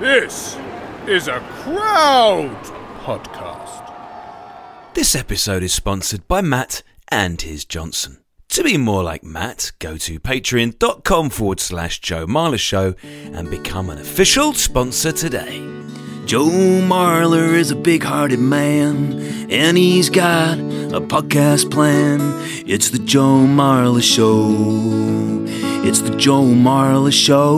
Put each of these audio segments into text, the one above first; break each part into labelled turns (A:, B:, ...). A: This is a crowd podcast.
B: This episode is sponsored by Matt and his Johnson. To be more like Matt, go to patreon.com forward slash Joe Marler Show and become an official sponsor today.
C: Joe Marler is a big hearted man, and he's got a podcast plan. It's the Joe Marler Show. It's the Joe Marler Show.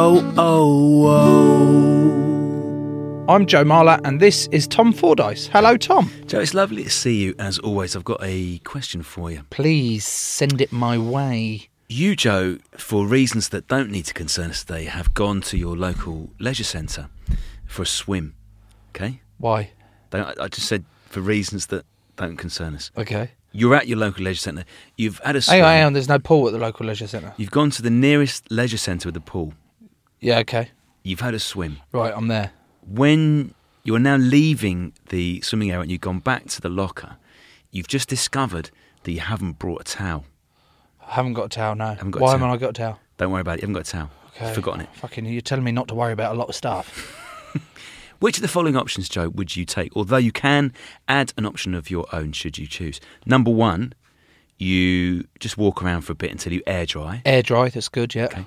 C: Oh, oh, oh.
D: I'm Joe Marler, and this is Tom Fordyce. Hello, Tom.
C: Joe, it's lovely to see you as always. I've got a question for you.
D: Please send it my way.
C: You, Joe, for reasons that don't need to concern us today, have gone to your local leisure centre for a swim. Okay?
D: Why?
C: Don't, I I just said for reasons that don't concern us.
D: Okay.
C: You're at your local leisure centre. You've had a swim.
D: Hang on, hang on. There's no pool at the local leisure centre.
C: You've gone to the nearest leisure centre with a pool.
D: Yeah. Okay.
C: You've had a swim.
D: Right. I'm there.
C: When you're now leaving the swimming area and you've gone back to the locker, you've just discovered that you haven't brought a towel.
D: I haven't got a towel. No.
C: Haven't got a
D: Why
C: towel.
D: haven't I got a towel?
C: Don't worry about it. You haven't got a towel. You've forgotten it.
D: Fucking, you're telling me not to worry about a lot of stuff.
C: Which of the following options, Joe, would you take? Although you can add an option of your own should you choose. Number one, you just walk around for a bit until you air dry.
D: Air dry. That's good. Yeah.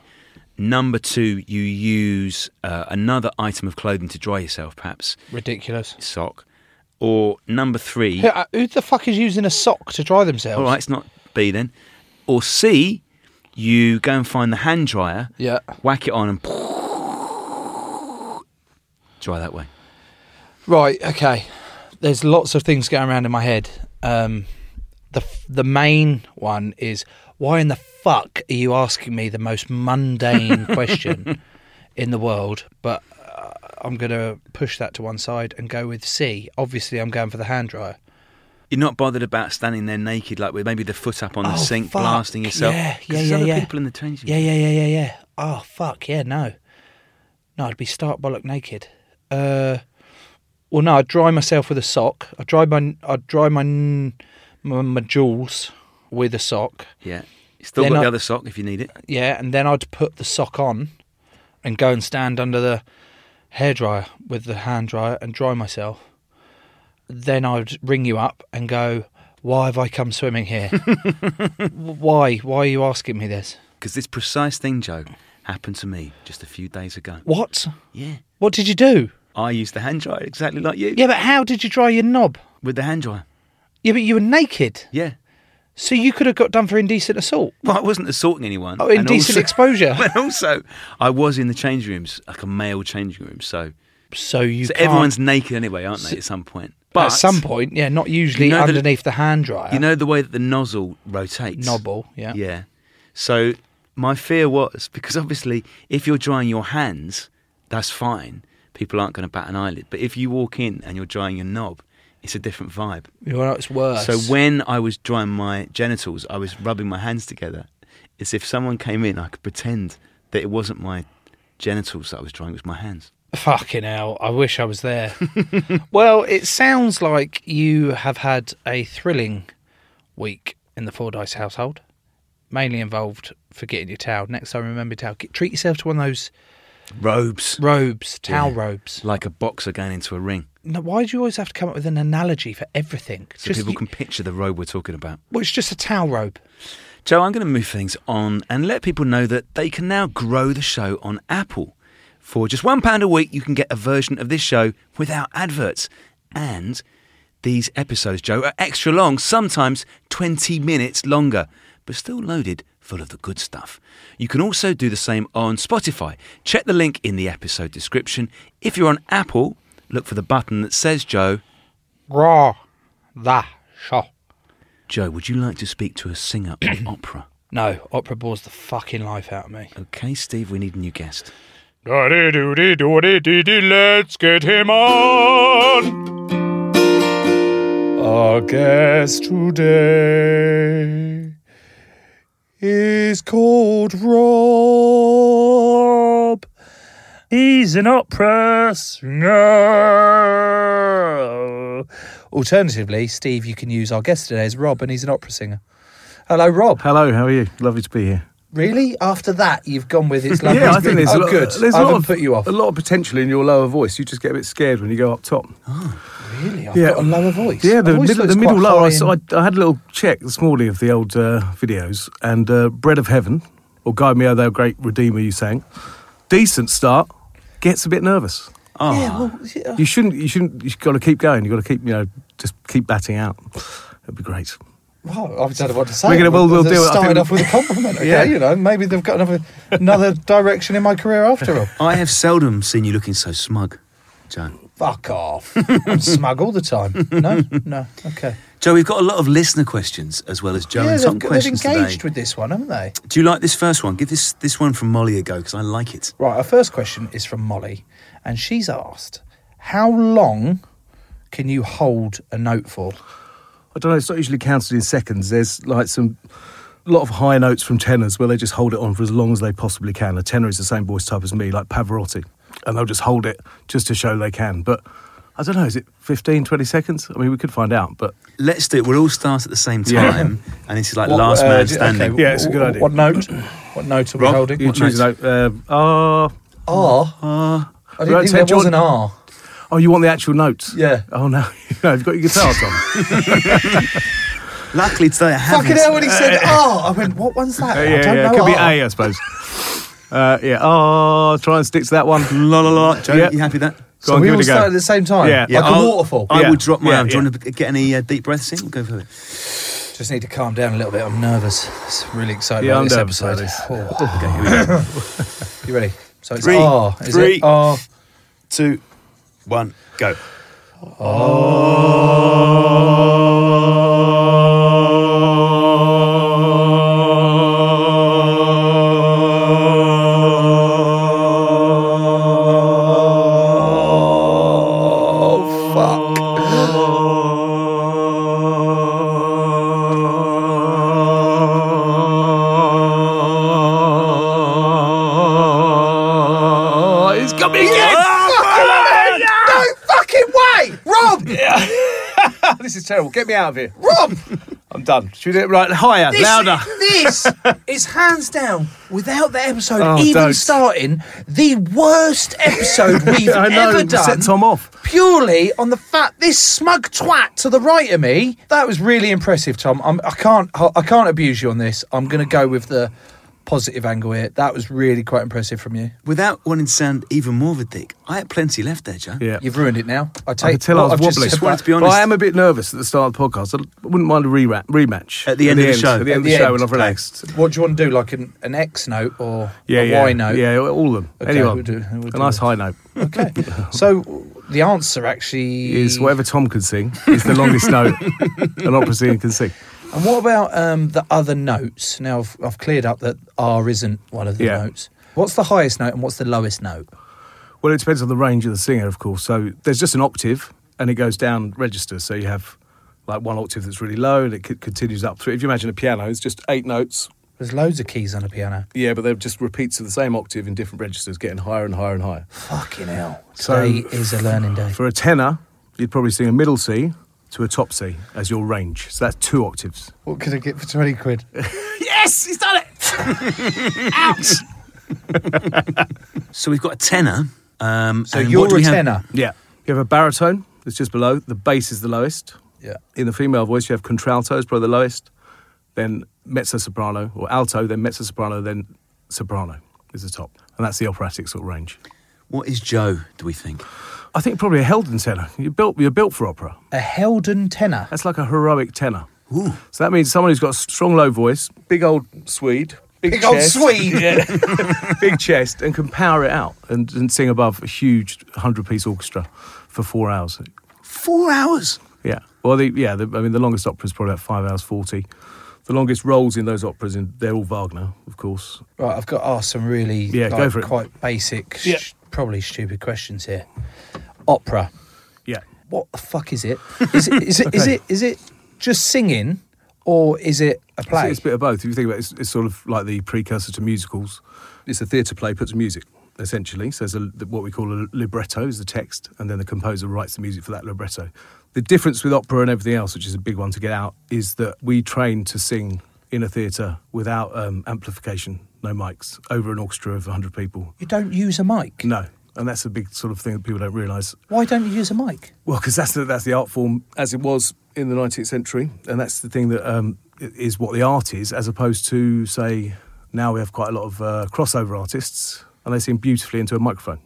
C: Number two, you use uh, another item of clothing to dry yourself, perhaps
D: Ridiculous.
C: sock. Or number three,
D: Who, uh, who the fuck is using a sock to dry themselves?
C: all right, it's not B then. Or C, you go and find the hand dryer,
D: Yeah.
C: whack it on, and dry that way.
D: Right. Okay. There's lots of things going around in my head. Um, the f- the main one is why in the fuck are you asking me the most mundane question in the world? But uh, I'm gonna push that to one side and go with C. Obviously, I'm going for the hand dryer.
C: You're not bothered about standing there naked, like with maybe the foot up on the
D: Oh,
C: sink,
D: fuck,
C: blasting yourself.
D: Yeah,
C: 'Cause
D: yeah,
C: there's
D: yeah,
C: other
D: yeah.
C: people in the changing
D: Yeah, yeah, yeah, yeah, yeah. Oh fuck, yeah, no, no, I'd be stark bollock naked. Uh, well, no, I'd dry myself with a sock. I'd dry my, I'd dry my, my, my jewels with a sock.
C: Yeah. You Still
D: They're
C: got
D: not-
C: the other sock if you need it.
D: Yeah, and then I'd put the sock on, and go and stand under the hairdryer with the hand dryer and dry myself. Then I'd ring you up and go, "Why have I come swimming here? Why? Why are you asking me this?
C: Because this precise thing, Joe, happened to me just a few days ago.
D: What?
C: Yeah.
D: What did you do?"
C: I used the hand dryer exactly like you.
D: Yeah, but how did you dry your knob?
C: With the hand dryer.
D: Yeah, but you were naked,
C: Yeah.
D: so you could have got done for indecent assault.
C: Well, I wasn't assaulting anyone.
D: Oh,
C: and
D: indecent
C: also-
D: exposure.
C: But also, I was in the change rooms, like a male change room. So,
D: So you.
C: so
D: can't-
C: everyone's naked anyway, aren't they, at some point? But
D: at some point, yeah, not usually
C: You know the-
D: underneath the, hand dryer.
C: you know the way that the nozzle rotates?
D: knobble. Yeah.
C: Yeah. So my fear was because obviously, if you're drying your hands, that's fine. People aren't going to bat an eyelid. But if you walk in and you're drying your knob, it's a different vibe.
D: You know, it's worse.
C: So when I was drying my genitals, I was rubbing my hands together. It's if someone came in, I could pretend that it wasn't my genitals that I was drying with my hands.
D: Fucking hell, I wish I was there. well, it sounds like you have had a thrilling week in the Fordyce household, mainly involved forgetting your towel. Next time, remember your towel. Get- Treat yourself to one of those
C: Robes.
D: robes, towel robes.
C: Like a boxer going into a ring.
D: No, why do you always have to come up with an analogy for everything?
C: So
D: Just
C: people
D: you-
C: can picture the robe we're talking about.
D: well, it's just a towel robe.
C: Joe, I'm going to move things on and let people know that they can now grow the show on Apple. For just one pound a week, you can get a version of this show without adverts. And these episodes, Joe, are extra long, sometimes 20 minutes longer, but still loaded full of the good stuff. You can also do the same on Spotify. Check the link in the episode description. If you're on Apple, look for the button that says, Joe,
D: Raw, the show.
C: Joe, would you like to speak to a singer or opera?
D: No, opera bores the fucking life out of me.
C: Okay, Steve, we need a new guest.
A: Let's get him on. Our guest today is called Rob. He's an opera singer. Oh,
D: Alternatively, Steve, you can use our guest today as Rob, and he's an opera singer. Hello, Rob.
E: Hello, how are you? Lovely to be here.
D: Really? After that, you've gone with it's lovely.
E: yeah,
D: to
E: I think
D: be-
E: there's
D: oh,
E: a lot.
D: good.
E: There's
D: I
E: a lot
D: haven't
E: of,
D: put you off.
E: A lot of potential in your lower voice. You just get a bit scared when you go up top.
D: Oh, Really, I've
E: yeah.
D: got a lower voice.
E: Yeah,
D: I've
E: the
D: always
E: middle,
D: thought
E: the
D: it's
E: middle
D: quite
E: lower. I,
D: high
E: saw,
D: in-
E: I, I had a little check this morning of the old uh, videos, and uh, "Bread of Heaven" or "Guide Me, O Thou Great Redeemer," you sang. Decent start. Gets a bit nervous.
C: Oh,
D: Yeah, well, yeah.
E: You shouldn't. You shouldn't. You've got to keep going. You've got to keep. You know, just keep batting out. It'd be great.
D: Well, I don't know what to say.
E: We're gonna- we'll- we'll
D: They
E: do it. I
D: Started
E: think-
D: off with a compliment. Okay,
E: Yeah.
D: you know, maybe they've got another another direction in my career after all.
C: I have seldom seen you looking so smug, Joe.
D: Fuck off. I'm smug all the time. No, no. Okay.
C: Joe, we've got a lot of listener questions as well as Joe
D: yeah,
C: and
D: they've,
C: Tom
D: they've
C: questions
D: engaged
C: today.
D: with this one, haven't they?
C: Do you like this first one? Give this this one from Molly a go because I like it.
D: Right, our first question is from Molly, and she's asked, How long can you hold a note for?
E: I don't know. It's not usually counted in seconds. There's like some a lot of high notes from tenors where they just hold it on for as long as they possibly can. A tenor is the same voice type as me, like Pavarotti, and they'll just hold it just to show they can. But I don't know. Is it 15, 20 seconds? I mean, we could find out. But
C: Let's do it. We'll all start at the same
E: Yeah.
C: time, and this is like
D: What,
C: last
D: uh,
C: man
D: d-
C: standing.
D: okay,
E: Yeah, it's a good
D: what-
E: idea.
D: What note? What note are we
C: Rob,
D: holding?
E: you
D: What
E: choose
D: note?
E: a note. Um, ah.
D: R. I didn't
E: Right,
D: think there
E: Ted, do you
D: was an
E: want-
D: R.
E: oh, you want the actual notes?
D: Yeah.
E: Oh no, no, you've got your guitar on.
C: Luckily today I haven't.
D: Fucking hell, when he said R, I went, What one's that? I
E: yeah, Uh, yeah,
D: don't
E: yeah.
D: know.
E: Could be
D: R.
E: A, I suppose. Uh, yeah. Ah, try and stick to that one.
C: La la la. Joe,
E: Yeah.
C: you happy with that?
E: Go
D: So
E: on,
D: we
E: give
D: all
E: it a go.
D: started at the same time.
E: Yeah.
D: Like a
C: I'll-
D: waterfall.
C: I
E: Yeah.
C: will drop my
E: Yeah,
C: arm. Do you
E: yeah.
C: want to get any uh, deep breaths in? We'll go for it.
D: Just need to calm down a little bit. I'm nervous. It's really exciting
E: Yeah,
D: about
E: I'm
D: this
E: nervous
D: episode. Oh.
C: Okay, here we go.
D: You ready? So it's
C: Three,
E: Oh,
D: R. Is
C: three.
D: it R?
C: Two, one, go.
E: It's Oh, coming again!
D: No fucking way! Rob!
E: This is terrible. Get me out of here.
D: Rob!
E: I'm done. Should we do it right higher,
D: This,
E: louder?
D: This is hands down, without the episode
E: Oh,
D: even
E: don't.
D: starting, the worst episode we've
E: I know,
D: ever
E: it
D: done.
E: set Tom off.
D: Purely on the fact this smug twat to the right of me. That was really impressive, Tom. I'm, I can't. I can't abuse you on this. I'm going to go with the positive angle here. That was really quite impressive from you.
C: Without wanting to sound even more of a dick, I had plenty left there, Joe.
E: Yeah.
D: You've ruined it now. I take.
E: I could tell I
D: what
E: was
D: I've just
E: wobbly.
D: said
C: wanted
D: back.
C: to be
E: But
C: honest.
E: I am a bit nervous at the start of the podcast. I wouldn't mind a rera- rematch.
C: At the end of the show.
E: At the
D: At
E: end
D: the
E: of the show
D: end.
E: when I've relaxed.
D: What do you want to do? Like an, an X note or
E: Yeah,
D: a Y
E: yeah.
D: note?
E: Yeah, all of them.
D: Okay,
E: Anyone.
D: we'll do- we'll
E: a
D: do
E: nice
D: it.
E: high note.
D: Okay. So the answer actually
E: Is whatever Tom can sing is the longest note an opera singer can sing.
D: And what about um, the other notes? Now I've, I've cleared up that R isn't one of the
E: Yeah.
D: notes. What's the highest note and what's the lowest note?
E: Well, it depends on the range of the singer, of course. So there's just an octave, and it goes down registers. So you have like one octave that's really low, and it c- continues up through. If you imagine a piano, it's just eight notes,
D: There's loads of keys on a piano.
E: Yeah, but they're just repeats of the same octave in different registers, getting higher and higher and higher.
D: Fucking hell.
E: So-
D: Today is a learning day.
E: For a tenor, you'd probably sing a middle C to a top C as your range. So that's two octaves.
F: What could I get for 20 quid?
E: Yes, he's done it.
C: So we've got a tenor. Um,
D: So
C: and
D: you're
C: what do
D: a
C: we have-
D: tenor.
E: Yeah. You have a baritone, it's just below. The bass is the lowest.
D: Yeah.
E: In the female voice, you have contralto is probably the lowest, then mezzo soprano or alto, then mezzo soprano, then soprano is the top. And that's the operatic sort of range.
C: What is Joe? Do we think?
E: I think probably a Heldon tenor. You're built, you're built for opera.
D: A Heldon tenor.
E: That's like a heroic tenor. So that means someone who's got a strong low voice, big old Swede, big,
D: Big old
E: chest,
D: Swede.
E: yeah, big chest, and can power it out and, and sing above a huge hundred-piece orchestra for four hours.
C: Four hours.
E: Yeah. Well, the, yeah. The, I mean, the longest opera is probably about five hours forty. The longest roles in those operas, in, they're all Wagner, of course.
D: Right, I've got to ask some really
E: Yeah,
D: like,
E: go for it.
D: quite basic,
E: Yeah.
D: sh- probably stupid questions here. Opera.
E: Yeah.
D: What the fuck is it? Is it is it, is
E: Okay.
D: it, is it just singing or is it a
E: It's-
D: play?
E: It's a bit of both. If you think about it, it's, it's sort of like the precursor to musicals. It's a theatre play put to music, essentially. So there's a, what we call a libretto is the text, and then the composer writes the music for that libretto. The difference with opera and everything else, which is a big one to get out, is that we train to sing in a theatre without um, amplification, no mics, over an orchestra of 100 people.
D: you don't use a mic.
E: No. And that's a big sort of thing that people don't realise.
D: Why don't you use a mic?
E: Well, because that's the, that's the art form as it was in the 19th century, and that's the thing that um, i- is what the art is, as opposed to say now we have quite a lot of uh, crossover artists, and they sing beautifully into a microphone.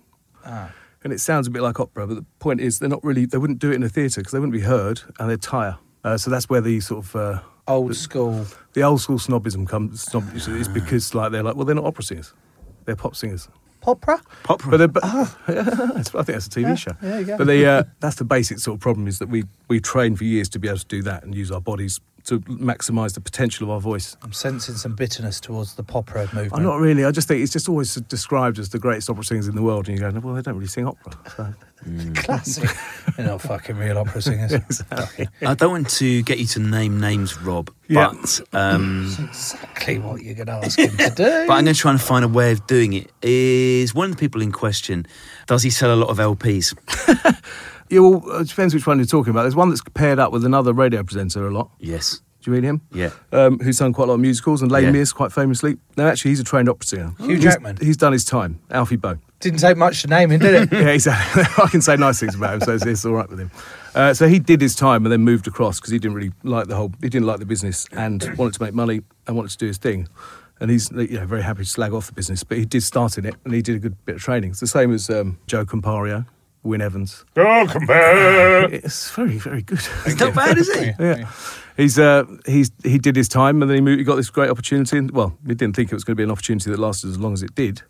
D: Ah.
E: And it sounds a bit like opera, but the point is they're not really they wouldn't do it in a theatre because they wouldn't be heard and they'd tire. Uh, so that's where the sort of uh,
D: Old
E: the-
D: school. Ah.
E: the old school snobism comes. Snob, is because like they're like well they're not opera singers, they're pop singers.
D: Opera?
E: Pop but, the- but I think that's a TV show.
D: there you go.
E: But the, uh, that's the basic sort of problem is that we we train for years to be able to do that and use our bodies to maximise the potential of our voice.
D: I'm sensing some bitterness towards the popra movement.
E: I'm not really. I just think it's just always described as the greatest opera singers in the world, and you go, well, they don't really sing opera. So.
D: classic. They're not fucking real opera singers. exactly.
C: I don't want to get you to name names, Rob.
E: Yeah.
C: But um,
D: exactly what you're going to ask him to do.
C: but I'm going to try and find a way of doing it. Is one of the people in question? Does he sell a lot of LPs?
E: Yeah, well, uh, it depends which one you're talking about. There's one that's paired up with another radio presenter a lot.
C: Yes.
E: Do you mean him?
C: Yeah.
E: Um, who's done quite a lot of musicals and Les
C: Yeah.
E: Mis quite famously. No, actually, he's a trained opera singer.
D: Hugh
E: He's-
D: Jackman.
E: He's, done his time. Alfie Bow.
D: Didn't take much to name him, did it?
E: yeah, exactly. I can say nice things about him, so it's, it's all right with him. Uh, so he did his time and then moved across because he didn't really like the whole. He didn't like the business and wanted to make money and wanted to do his thing. And he's you know, very happy to slag off the business, but he did start in it and he did a good bit of training. It's the same as um, Joe Compario, Win Evans.
A: Don't compare.
E: It's very, very good.
C: It's not bad, is it?
E: Yeah. He's uh, he's he did his time, and then he, moved, he got this great opportunity. And well, we didn't think it was going to be an opportunity that lasted as long as it did,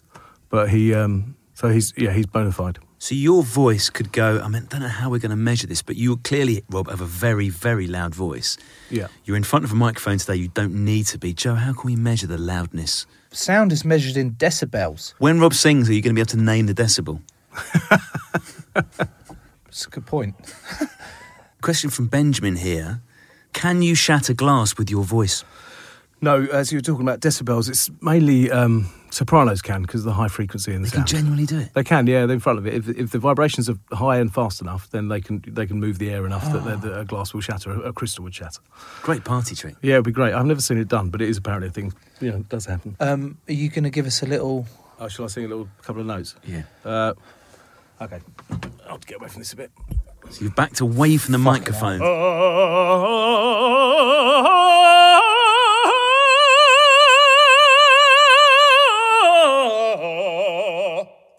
E: but he um, so he's yeah he's bona fide.
C: So your voice could go. I mean, I don't know how we're going to measure this, but you clearly, Rob, have a very, very loud voice.
E: Yeah.
C: You're in front of a microphone today. You don't need to be. Joe, how can we measure the loudness?
D: Sound is measured in decibels.
C: When Rob sings, are you going to be able to name the decibel?
D: It's a good point.
C: Question from Benjamin here. Can you shatter glass with your voice?
E: No, as you were talking about decibels, it's mainly um, sopranos can because of the high frequency in the
C: They can
E: sound.
C: genuinely do it.
E: they can, yeah, they're in front of it. If, if the vibrations are high and fast enough, then they can they can move the air enough that
D: Ah.
E: that, that a glass will shatter, a, a crystal would shatter.
C: Great party trick.
E: Yeah, it'd be great. I've never seen it done, but it is apparently a thing. Yeah, it does happen.
D: Um, are you going to give us a little.
E: Oh, shall I sing a little couple of notes?
C: Yeah.
E: Uh, okay, I'll get away from this a bit.
C: So you've backed away from the microphone.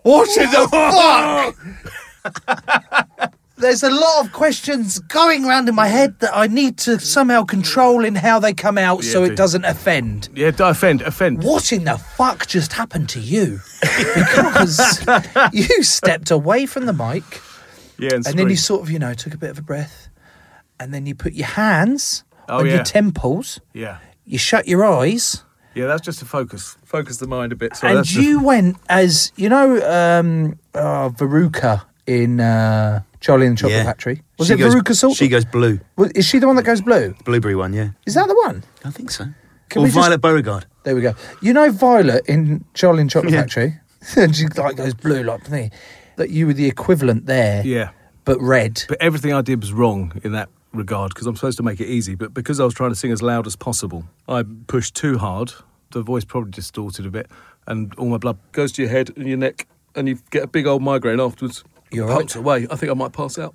D: What in the fuck? There's a lot of questions going round in my head that I need to somehow control in how they come out so it
E: do.
D: doesn't offend.
E: Yeah, d- offend, offend.
D: What in the fuck just happened to you? Because you stepped away from the mic.
E: Yeah, and,
D: and then you
E: scream.
D: sort of you know took a bit of a breath and then you put your hands
E: Oh,
D: on your
E: yeah.
D: temples
E: Yeah,
D: you shut your eyes
E: yeah, that's just to focus, focus the mind a bit. So
D: and
E: that's
D: you went as you know um uh, Veruca in uh Charlie and the Chocolate
C: Yeah.
D: Factory was
C: She
D: it
C: goes-
D: Veruca Salt
C: She goes blue.
D: is she the one that goes blue
C: Blueberry one, yeah.
D: is that the one
C: I think so.
D: Can
C: or
D: we just-
C: Violet Beauregard.
D: There we go. You know Violet in Charlie and Chocolate
E: Yeah.
D: Factory? and she like goes blue like me. That you were the equivalent there,
E: Yeah.
D: but red.
E: But everything I did was wrong in that regard because I'm supposed to make it easy. But because I was trying to sing as loud as possible, I pushed too hard. The voice probably distorted a bit, and all my blood goes to your head and your neck, and you get a big old migraine afterwards.
D: You're
E: Pokes away. I think I might pass out.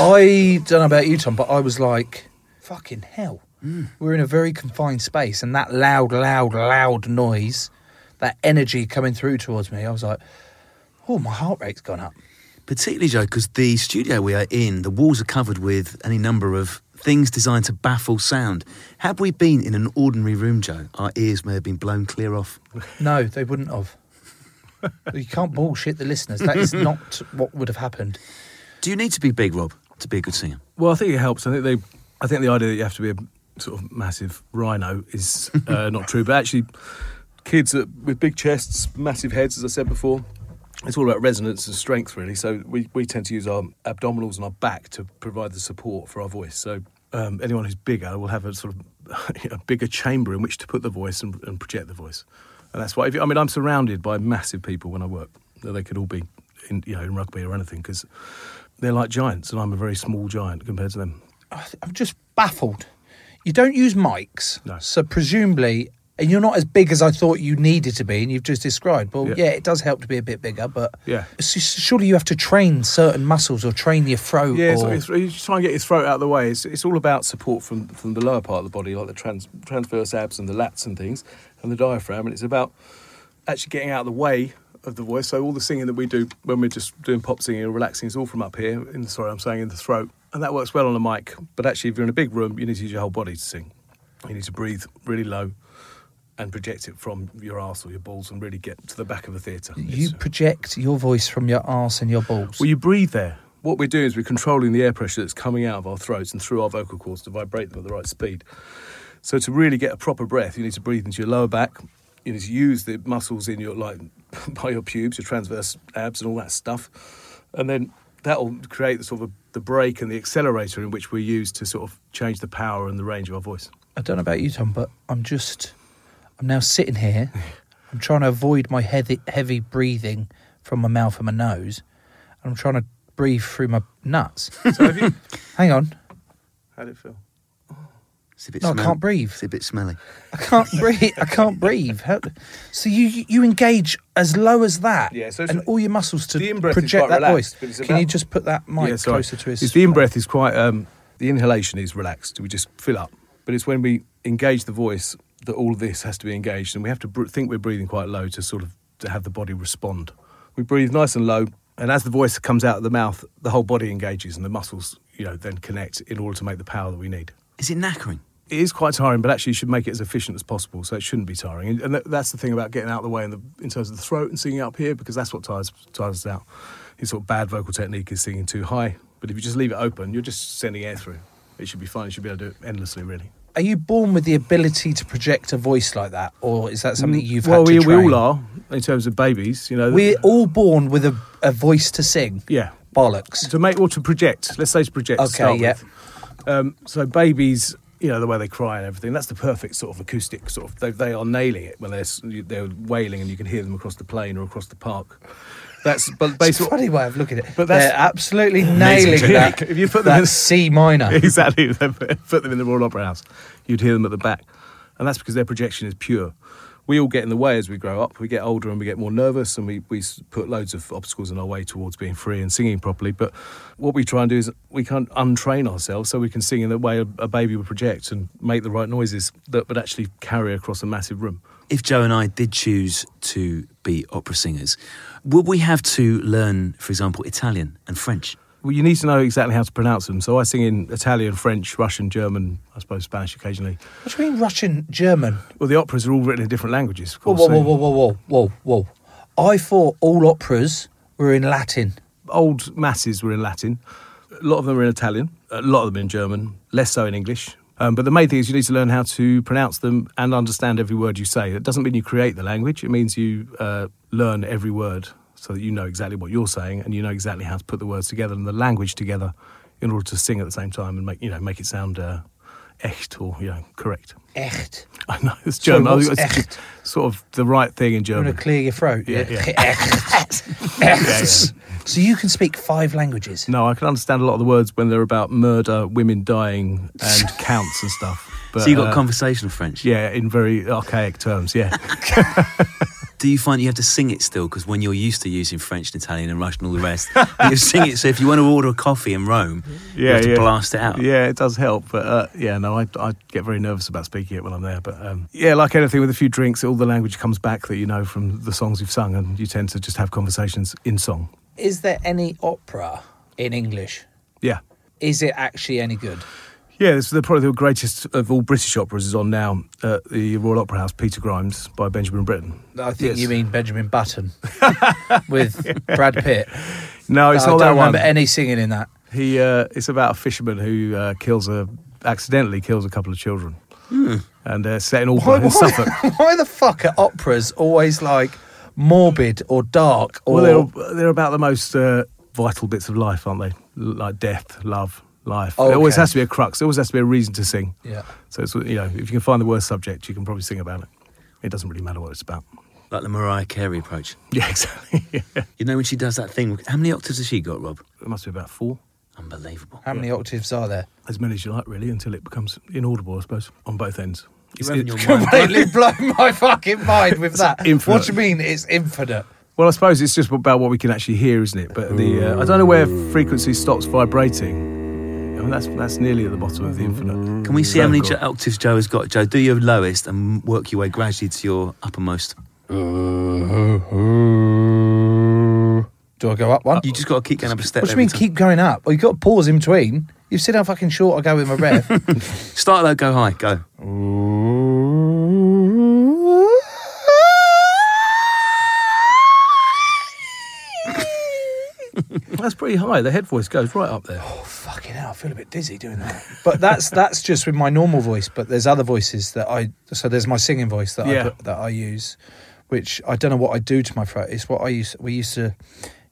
D: I don't know about you, Tom, but I was like, fucking hell.
E: Mm.
D: We're in a very confined space, and that loud, loud, loud noise, that energy coming through towards me, I was like, oh, my heart rate's gone up.
C: Particularly, Joe, because the studio we are in, the walls are covered with any number of things designed to baffle sound. Had we been in an ordinary room, Joe, our ears may have been blown clear off.
D: No, they wouldn't have. you can't bullshit the listeners. That is not what would have happened.
C: Do you need to be big, Rob, to be a good singer?
E: Well, I think it helps. I think they, I think the idea that you have to be a sort of massive rhino is uh, not true. But actually, kids that, with big chests, massive heads, as I said before, it's all about resonance and strength, really. So we, we tend to use our abdominals and our back to provide the support for our voice. So um, anyone who's bigger will have a sort of a bigger chamber in which to put the voice and, and project the voice. And that's why, if you, I mean, I'm surrounded by massive people when I work. They could all be, in, you know, in rugby or anything because they're like giants, and I'm a very small giant compared to them.
D: I th- I'm just baffled. You don't use mics,
E: No.
D: so presumably, and you're not as big as I thought you needed to be, and you've just described. Well, yeah,
E: Yeah.
D: it does help to be a bit bigger, but
E: Yeah.
D: s- s- surely you have to train certain muscles or train your throat.
E: Yeah, it's,
D: or,
E: it's, you just try and get your throat out of the way. It's, it's all about support from, from the lower part of the body, like the trans, transverse abs and the lats and things, and the diaphragm. And it's about actually getting out of the way of the voice. So all the singing that we do when we're just doing pop singing or relaxing is all from up here. In sorry, I'm saying in the throat, and that works well on a mic. But actually, if you're in a big room, you need to use your whole body to sing. You need to breathe really low. And project it from your arse or your balls and really get to the back of the theatre.
D: you
E: It's-
D: project your voice from your arse and your balls.
E: well, you breathe there. What we're doing is we're controlling the air pressure that's coming out of our throats and through our vocal cords to vibrate them at the right speed. So to really get a proper breath, you need to breathe into your lower back. You need to use the muscles in your like by your pubes, your transverse abs, and all that stuff. And then that'll create the sort of the brake and the accelerator in which we use to sort of change the power and the range of our voice.
D: I don't know about you, Tom, but I'm just, I'm now sitting here. I'm trying to avoid my heavy, heavy breathing from my mouth and my nose, and I'm trying to breathe through my nuts.
E: So have you?
D: Hang on,
E: How did it feel?
C: It's a bit
D: no, I
C: smell-
D: can't breathe.
C: It's a bit smelly.
D: I can't breathe. I can't breathe. How, so you you engage as low as that,
E: Yeah, so it's-
D: and all your muscles to
E: the in-breath is
D: project
E: quite
D: that
E: relaxed, but
D: voice.
E: it's
D: Can
E: about-
D: you just put that mic
E: sorry.
D: closer to his?
E: It's the in breath is quite. Um, the inhalation is relaxed. We just fill up, but it's when we engage the voice that all of this has to be engaged, and we have to br- think we're breathing quite low to sort of to have the body respond. We breathe nice and low, and as the voice comes out of the mouth, the whole body engages, and the muscles, you know, then connect in order to make the power that we need.
C: Is it knackering?
E: It is quite tiring, but actually, you should make it as efficient as possible, so it shouldn't be tiring. And, and that, that's the thing about getting out of the way in, the, in terms of the throat and singing up here, because that's what tires, tires us out. It's sort of bad vocal technique is singing too high, but if you just leave it open, you're just sending air through. It should be fine. You should be able to do it endlessly, really.
D: Are you born with the ability to project a voice like that, or is that something you've
E: Mm,
D: had
E: well,
D: to
E: we,
D: train?
E: we all are in terms of babies. You know,
D: We're all born with a, a voice to sing.
E: yeah.
D: Bollocks.
E: to make or to project. Let's say to project. to
D: Okay,
E: start
D: yeah.
E: with. Um, so babies, you know the way they cry and everything. That's the perfect sort of acoustic sort of. They, they are nailing it when they're s- you- they're wailing and you can hear them across the plain or across the park. That's but
D: It's a
E: basically
D: funny way of looking at it.
E: But
D: But
E: that's-
D: They're absolutely nailing
E: technique.
D: that.
E: If you put them
D: that
E: in-
D: C minor.
E: exactly. They put put them in the Royal Opera House. You'd hear them at the back, and that's because their projection is pure. We all get in the way as we grow up. We get older and we get more nervous, and we, we s- put loads of obstacles in our way towards being free and singing properly. But what we try and do is we can't untrain ourselves, so we can sing in the way a, a baby would project and make the right noises that would actually carry across a massive room.
C: If Joe and I did choose to be opera singers, would we have to learn, for example, Italian and French?
E: Well, you need to know exactly how to pronounce them. So I sing in Italian, French, Russian, German, I suppose Spanish occasionally.
D: What do you mean Russian, German?
E: Well, the operas are all written in different languages. Of
D: Whoa,
E: course,
D: whoa,
E: so-
D: whoa, whoa, whoa, whoa, whoa, whoa. I thought all operas were in Latin.
E: old masses were in Latin. A lot of them were in Italian. A lot of them in German. Less so in English. Um, but the main thing is you need to learn how to pronounce them and understand every word you say. It doesn't mean you create the language. It means you uh, learn every word so that you know exactly what you're saying and you know exactly how to put the words together and the language together in order to sing at the same time and make you know make it sound uh, echt or, you know, correct.
D: Echt.
E: I know, it's
D: Sorry,
E: German. I
D: what's
E: think it's
D: echt?
E: just sort of the right thing in
D: You
E: German.
D: want to clear your throat?
E: Yeah, yeah.
D: Echt. Echt. So you can speak five languages.
E: No, I can understand a lot of the words when they're about murder, women dying, and counts and stuff. But,
C: so you got
E: uh,
C: conversational French.
E: Yeah, in very archaic terms, yeah.
C: Do you find you have to sing it still? Because when you're used to using French and Italian and Russian and all the rest, you sing it. So if you want to order a coffee in Rome, you
E: Yeah,
C: have to
E: yeah.
C: blast it out.
E: Yeah, it does help, but uh, yeah, no, I, I get very nervous about speaking it when I'm there. But um, yeah, like anything with a few drinks, all the language comes back that you know from the songs you've sung, and you tend to just have conversations in song.
D: Is there any opera in English?
E: Yeah,
D: Is it actually any good?
E: yeah, this is the, probably the greatest of all British operas is on now at the Royal Opera House, Peter Grimes by Benjamin Britten.
D: I think
E: Yes.
D: you mean Benjamin Button with Brad Pitt.
E: No, it's
D: I don't
E: not that
D: remember
E: one.
D: any singing in that.
E: He, uh, it's about a fisherman who uh, kills a, accidentally kills a couple of children, and uh, set in Albury in Suffolk.
D: Hmm. why the fuck are operas always like morbid or dark or
E: Well, they're, they're about the most uh, vital bits of life, aren't they? L- Like death, love, life.
D: Oh,
E: There always
D: okay.
E: has to be a crux. There always has to be a reason to sing.
D: yeah?
E: So it's you know, if you can find the worst subject, you can probably sing about it. It doesn't really matter what it's about.
C: Like the Mariah Carey approach.
E: Yeah, exactly. yeah.
C: You know when she does that thing. How many octaves has she got, Rob?
E: It must be about four,
C: Unbelievable.
D: How many octaves are there?
E: as many as you like, really, until it becomes inaudible, I suppose, on both ends. It's-
C: You're having your mind
E: it's-
D: Completely blown my fucking mind with that.
E: infinite.
D: What do you mean it's infinite?
E: well, I suppose it's just about what we can actually hear, isn't it? But the uh, I don't know where frequency stops vibrating. I mean, that's that's nearly at the bottom of the infinite.
C: Can we see how many jo-
E: Vocal.
C: octaves Joe has got? Joe, do your lowest and work your way gradually to your uppermost.
D: Do I go up one?
E: Uh,
C: You just got to keep going up a step.
D: what do you
C: every
D: mean
C: time.
D: keep going up? Well, you've got to pause in between. You've seen how fucking short I go with my breath.
C: Start low, go high, go.
E: That's pretty high. The head voice goes right up there.
D: Oh, fucking hell, I feel a bit dizzy doing that. But that's that's just with my normal voice. But there's other voices that I so there's my singing voice that I
E: Yeah.
D: put, that I use, which I don't know what I do to my throat. It's what I used. We used to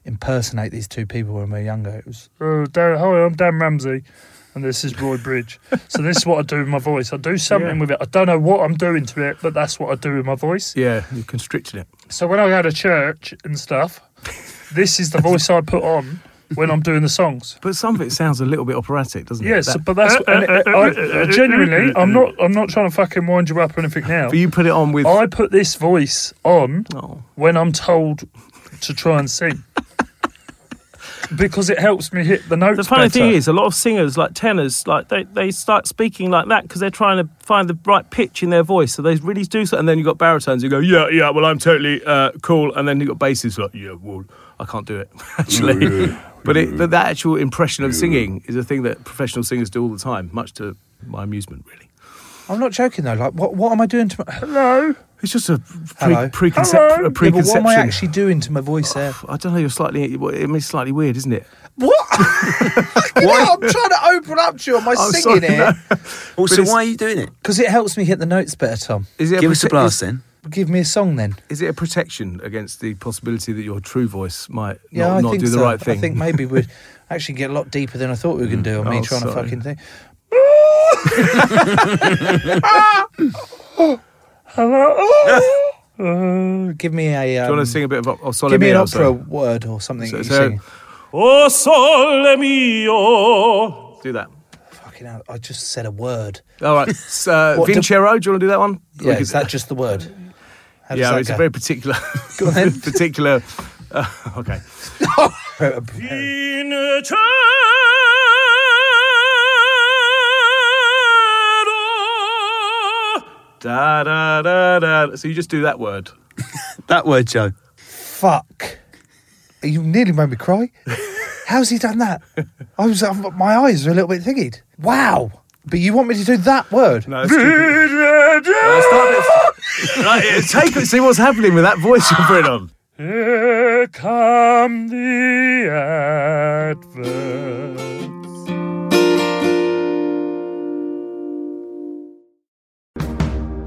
D: impersonate these two people when we were younger. It was
A: Uh, Dan, hi, I'm Dan Ramsey, and this is Roy Bridge. so this is what I do with my voice. I do something
E: Yeah.
A: with it. I don't know what I'm doing to it, but that's what I do with my voice.
E: Yeah, you're constricting it.
A: So when I go to church and stuff, this is the voice I put on when I'm doing the songs.
E: But some of it sounds a little bit operatic, doesn't it?
A: Yes,
E: That-
A: but
F: Uh,
A: that's and it- I, I genuinely. I'm not. I'm not trying to fucking wind you up or anything now.
E: but you put it on with.
A: I put this voice on
E: Oh.
A: when I'm told to try and sing because it helps me hit the notes.
F: The funny
A: better.
F: thing is, a lot of singers, like tenors, like they, they start speaking like that because they're trying to find the right pitch in their voice. So they really do so. And then you've got baritones who go, yeah, yeah, well, I'm totally uh, cool. And then you've got basses like, yeah, well, I can't do it, actually. Mm.
E: But it, but that actual impression of singing is a thing that professional singers do all the time, much to my amusement, really.
D: I'm not joking though. Like what what am I doing to my
A: Hello.
E: It's just a, pre-
D: Hello?
E: preconcep-
A: Hello?
E: a
D: Yeah, but what
E: preconception.
D: am I actually doing to my voice there?
E: I don't know. You're slightly. well, I mean, it's slightly weird, isn't it?
D: What? I'm trying to open up to you on my
E: I'm
D: singing
E: sorry, no.
D: here
C: Also,
E: it's-
C: why are you doing it?
D: because it helps me hit the notes better. Tom,
E: Is it
C: Give us a
E: prote-
C: blast then.
D: give me a song then.
E: Is, is it a protection against the possibility that your true voice might
D: Yeah,
E: not,
D: I
E: not
D: think
E: do the
D: so.
E: right thing?
D: I think maybe we'd actually get a lot deeper than I thought we were going to do on me
E: Oh,
D: trying to
E: sorry.
D: fucking think. Hello. Uh, give me a. Um,
E: do you want to sing a bit of o- o- Sole
D: give me an
E: Mio,
D: opera
E: sorry?
D: word or something.
E: So-
D: that you
E: so-
D: sing.
F: oh, sole mio.
E: Do that.
D: Fucking hell, I just said a word.
E: All right. So, uh,
D: What do-
E: Vincero, do you want to do that one? We
D: Yeah,
E: could-
D: is that just the word? How does
E: yeah,
D: that
E: it's
D: go?
E: a very particular,
D: then.
E: particular. Uh, okay.
F: In terra.
E: Da, da, da, da. So you just do that word.
C: That word, Joe.
D: Fuck. You nearly made me cry. How's he done that? I was, i
G: um,
D: my eyes are a little bit thingied. Wow. But you want me to do that word?
E: No, it's stupid. Uh, start it. Right, yeah, take it. See what's happening with that voice you're putting on.
A: Here come the adverts.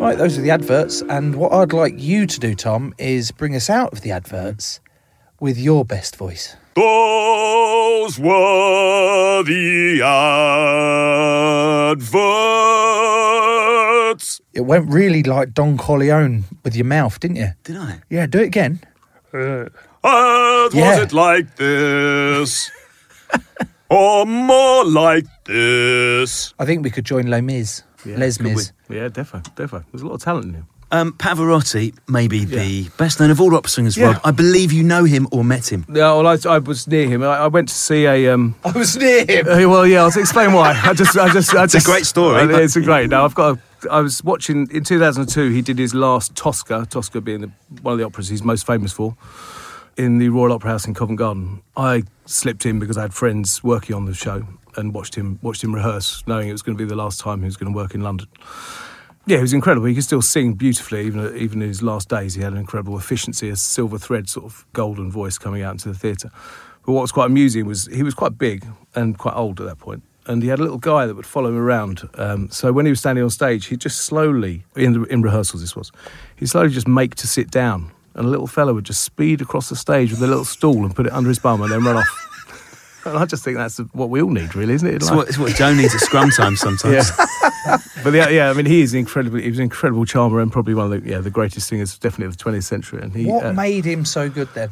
G: Right, those are the adverts. And what I'd like you to do, Tom, is bring us out of the adverts with your best voice.
H: Those were the adverts.
G: It went really like Don Corleone with your mouth, didn't you?
H: Did I?
G: Yeah, do it again.
H: And was
G: Yeah.
H: it like this? or more like this?
G: I think we could join Les Mis. Les Mis.
E: Yeah, defo, defo. There's a lot of talent in him.
C: Um, Pavarotti may be the best known of all opera singers, Rob.
E: Yeah.
C: I believe you know him or met him.
E: Yeah, well, I, I was near him. I, I went to see a. Um,
G: I was near him.
E: Uh, well, yeah, I'll explain why. I just, I just, I
C: It's a
E: just-
C: great story,
E: Uh,
C: but-
E: It's a great. Now I've got. A, I was watching in 2002. He did his last Tosca. Tosca being the, one of the operas he's most famous for, in the Royal Opera House in Covent Garden. I slipped in because I had friends working on the show and watched him watched him rehearse, knowing it was going to be the last time he was going to work in London. Yeah, he was incredible. He could still sing beautifully, even even in his last days. He had an incredible efficiency, a silver thread sort of golden voice coming out into the theatre. But what was quite amusing was he was quite big and quite old at that point, and he had a little guy that would follow him around. Um, so when he was standing on stage, he'd just slowly in the, in rehearsals this was, he'd slowly just make to sit down, and a little fella would just speed across the stage with a little stool and put it under his bum and then run off. And I just think that's what we all need, really, isn't it? in
C: It's
E: life?
C: what, it's what Joe needs at scrum time sometimes.
E: but yeah, yeah, I mean, he is incredibly. He was an incredible charmer and probably one of the yeah the greatest singers definitely of the 20th century. And he,
G: What
E: uh,
G: made him so good then?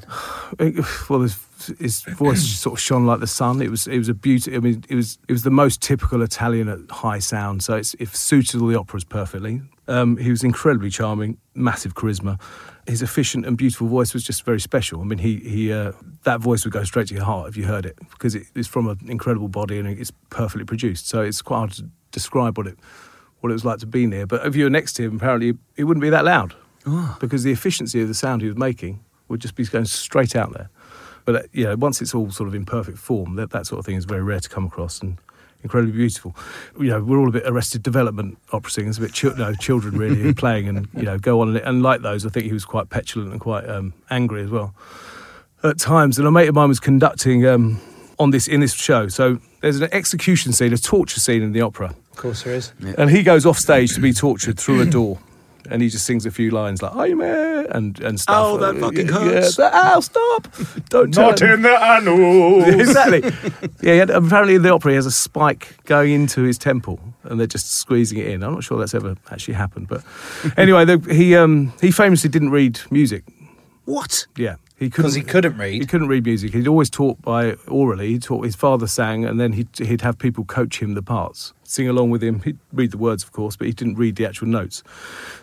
E: well, his, his voice sort of shone like the sun. It was it was a beauty. I mean, it was it was the most typical Italian at high sound. So it's it suited all the operas perfectly. Um, he was incredibly charming, massive charisma. His efficient and beautiful voice was just very special. I mean, he he uh, that voice would go straight to your heart if you heard it because it, it's from an incredible body and it's perfectly produced. So it's quite hard to describe what it what it was like to be near. But if you were next to him, apparently it wouldn't be that loud because the efficiency of the sound he was making would just be going straight out there. But uh, you know, once it's all sort of in perfect form, that, that sort of thing is very rare to come across and incredibly beautiful. You know, we're all a bit arrested development opera singers, a bit chil- no, children really who are playing and you know go on and, and like those. I think he was quite petulant and quite um, angry as well at times, and a mate of mine was conducting um, on this in this show. So there's an execution scene, a torture scene in the opera,
G: Of course there is.
E: and he goes off stage to be tortured through a door. And he just sings a few lines like "I'm here" and and stuff.
C: Oh, that fucking
E: Yeah,
C: hurts.
E: that- oh, stop! Don't tell
I: Not
E: him.
I: in the annals.
E: exactly. Yeah, he had, apparently in the opera he has a spike going into his temple, and they're just squeezing it in. I'm not sure that's ever actually happened, but anyway, the, he um, he famously didn't read music.
C: what?
E: Yeah, he couldn't.
G: Because he couldn't
E: He
G: read.
E: couldn't read music. He'd always taught by orally. He taught his father sang, and then he'd, he'd have people coach him the parts, sing along with him. He'd read the words, of course, but he didn't read the actual notes.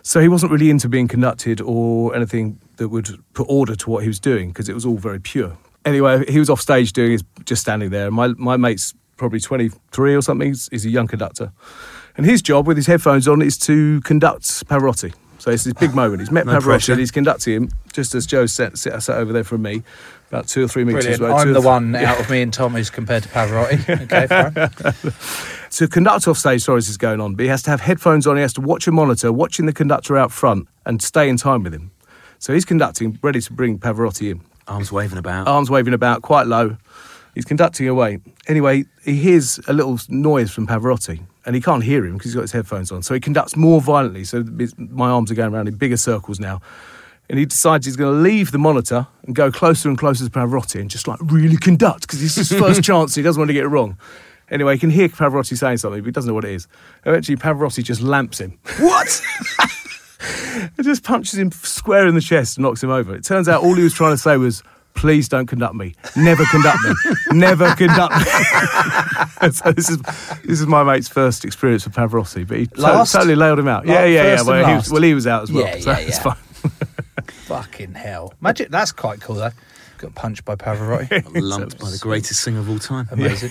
E: So he wasn't really into being conducted or anything that would put order to what he was doing because it was all very pure. Anyway, he was off stage doing his just standing there. My my mate's probably twenty three or something. He's, he's a young conductor, and his job with his headphones on is to conduct Pavarotti. So it's this big moment. He's met
C: No
E: Pavarotti
C: pressure.
E: and he's conducting him just as Joe sat, sat, sat over there from me, about two or three meters
G: Brilliant.
E: away. two
G: I'm
E: or
G: the
E: th-
G: one out of me and Tom who's compared to Pavarotti. Okay, fine.
E: So conductor off stage, sorry, this is going on, but he has to have headphones on, he has to watch a monitor, watching the conductor out front and stay in time with him. So he's conducting, ready to bring Pavarotti in.
C: Arms waving about.
G: Oh,
E: arms waving about, quite low. He's conducting away. Anyway, he hears a little noise from Pavarotti, and he can't hear him because he's got his headphones on. So he conducts more violently. So his- my arms are going around in bigger circles now. And he decides he's going to leave the monitor and go closer and closer to Pavarotti and just like really conduct because it's his first chance. He doesn't want to get it wrong. Anyway, he can hear Pavarotti saying something, but he doesn't know what it is. Eventually, Pavarotti just lamps him.
C: What?
E: It just punches him square in the chest and knocks him over. It turns out all he was trying to say was, please don't conduct me. Never conduct me. Never conduct me. so this is this is my mate's first experience with Pavarotti, but he to-
G: Last?
E: totally lailed him out.
G: Like
E: yeah, yeah, yeah.
G: first
E: Well
G: and
E: he, was,
G: last?
E: well, he was out as well.
G: Yeah,
E: so
G: yeah,
E: it's
G: yeah.
E: fine.
G: Fucking hell. Magic. That's quite cool though. Got punched by Pavarotti.
C: Lumped by the greatest singer of all time.
G: Amazing.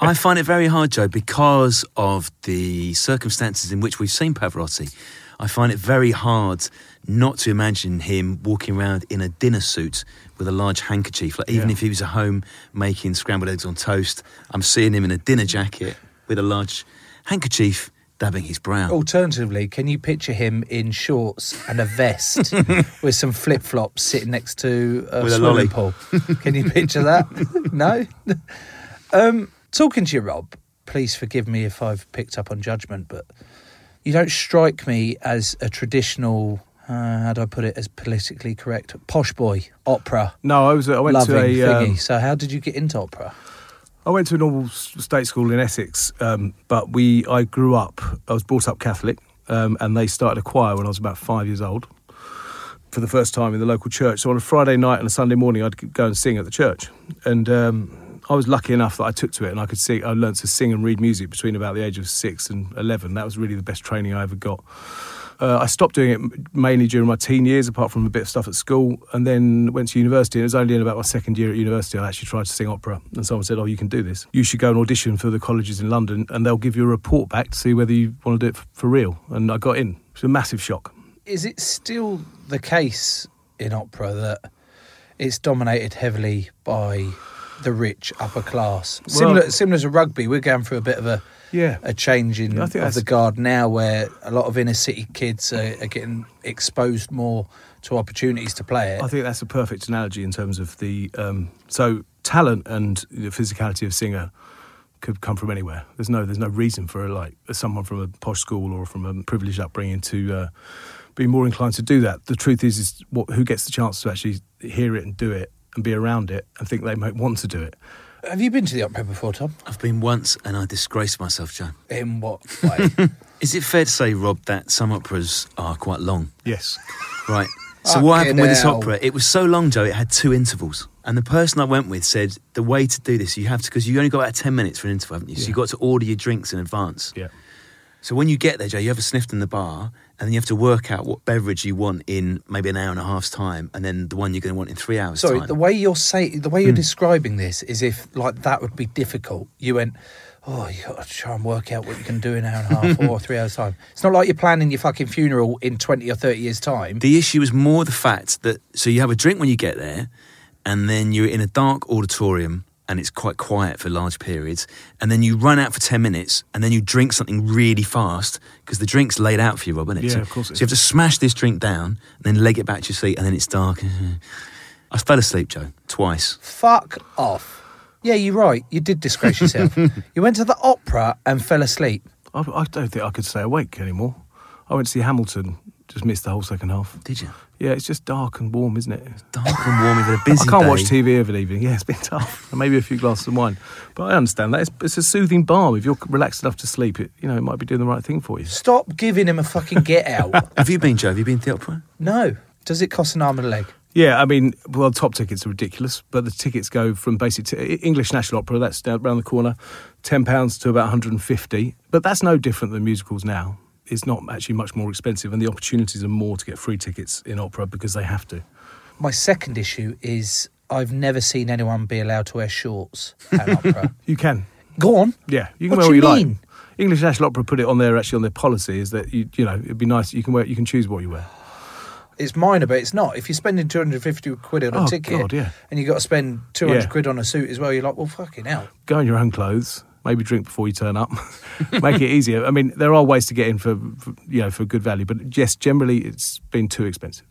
C: I find it very hard, Joe, because of the circumstances in which we've seen Pavarotti. I find it very hard not to imagine him walking around in a dinner suit with a large handkerchief. Like even
J: Yeah.
C: if he was at home making scrambled eggs on toast, I'm seeing him in a dinner jacket with a large handkerchief dabbing his brow.
G: Oh. Alternatively, can you picture him in shorts and a vest with some flip flops sitting next to a
C: With a
G: swimming
C: lolly.
G: pool? Can you picture that? no. Um, talking to you, Rob. Please forgive me if I've picked up on judgment, but you don't strike me as a traditional. Uh, how do I put it? As politically correct, posh boy opera.
E: No, I was. I went to
G: loving
E: a, um,
G: thingy. so how did you get into opera?
E: I went to a normal s- state school in Essex, um, but we I grew up. I was brought up Catholic, um, and they started a choir when I was about five years old for the first time in the local church. So on a Friday night and a Sunday morning, I'd g- go and sing at the church, and um, I was lucky enough that I took to it and I could sing. I learned to sing and read music between about the age of six and eleven. That was really the best training I ever got. Uh, I stopped doing it m- mainly during my teen years, apart from a bit of stuff at school, and then went to university. And it was only in about my second year at university I actually tried to sing opera. And someone said, "Oh, you can do this. You should go and audition for the colleges in London, and they'll give you a report back to see whether you want to do it f- for real." And I got in. It was a massive shock.
G: Is it still the case in opera that it's dominated heavily by the rich upper class?
E: Well-
G: similar, similar to rugby, we're going through a bit of a
E: Yeah.
G: a change in
E: I
G: of
E: think that's-
G: the guard now, where a lot of inner city kids are, are getting exposed more to opportunities to play it.
E: I think that's a perfect analogy in terms of the um, so talent and the physicality of singer could come from anywhere. There's no there's no reason for like someone from a posh school or from a privileged upbringing to uh, be more inclined to do that. The truth is, is what, who gets the chance to actually hear it and do it and be around it and think they might want to do it.
G: Have you been to the opera before, Tom?
C: I've been once and I disgraced myself, Joe.
G: In what way?
C: Is it fair to say, Rob, that some operas are quite long?
E: Yes.
C: Right. So what happened with this
E: Fucking hell.
C: opera? It was so long, Joe. It had two intervals, and the person I went with said the way to do this, you have to because you only got about ten minutes for an interval, haven't you? So you got to order your drinks in advance.
E: Yeah.
C: So when you get there, Joe, you have a sniff in the bar, and then you have to work out what beverage you want in maybe an hour and a half's time, and then the one you're going to want in three hours.
G: Sorry,
C: time.
G: the way you're saying, the way you're describing this is if like that would be difficult. You went, oh, you got to try and work out what you can do in an hour and a half or three hours time. It's not like you're planning your fucking funeral in twenty or thirty years time.
C: The issue is more the fact that so you have a drink when you get there, and then you're in a dark auditorium and it's quite quiet for large periods, and then you run out for ten minutes, and then you drink something really fast because the drink's laid out for you, Rob, isn't it?
E: Yeah,
C: so,
E: of course it
C: So you have to
E: is.
C: smash this drink down, and then leg it back to your seat, and then it's dark. I fell asleep, Joe, twice.
G: Fuck off. Yeah, you're right. You did disgrace yourself. you went to the opera and fell asleep.
E: I, I don't think I could stay awake anymore. I went to see Hamilton, just missed the whole second half.
C: Did you?
E: Yeah, it's just dark and warm, isn't it? It's
C: dark and warm with a busy
E: I can't watch
C: day.
E: TV over the evening. Yeah, it's been tough. And maybe a few glasses of wine, but I understand that it's, it's a soothing balm. If you're relaxed enough to sleep, it you know it might be doing the right thing for you.
G: Stop giving him a fucking get out.
C: Have you been, Joe? Have you been to the opera?
G: no. Does it cost an arm and a leg?
E: Yeah, I mean, well, top tickets are ridiculous, but the tickets go from basic to English National Opera, that's down around the corner, ten pounds to about 150. But that's no different than musicals now. It's not actually much more expensive, and the opportunities are more to get free tickets in opera because they have to.
G: My second issue is I've never seen anyone be allowed to wear shorts at an opera.
E: You can.
G: Go on.
E: Yeah, you
G: What
E: can
G: do
E: wear
G: you
E: what you
G: mean?
E: like. English National Opera put it on there actually on their policy is that you you know it'd be nice you can wear you can choose what you wear.
G: It's minor, but it's not. If you're spending 250 quid on a
E: Oh,
G: ticket
E: God, yeah.
G: and you've got to spend 200
E: Yeah.
G: quid on a suit as well, you're like, well, fucking hell.
E: Go in your own clothes. Maybe drink before you turn up. Make it easier. I mean, there are ways to get in for, for you know for good value, but yes, generally it's been too expensive.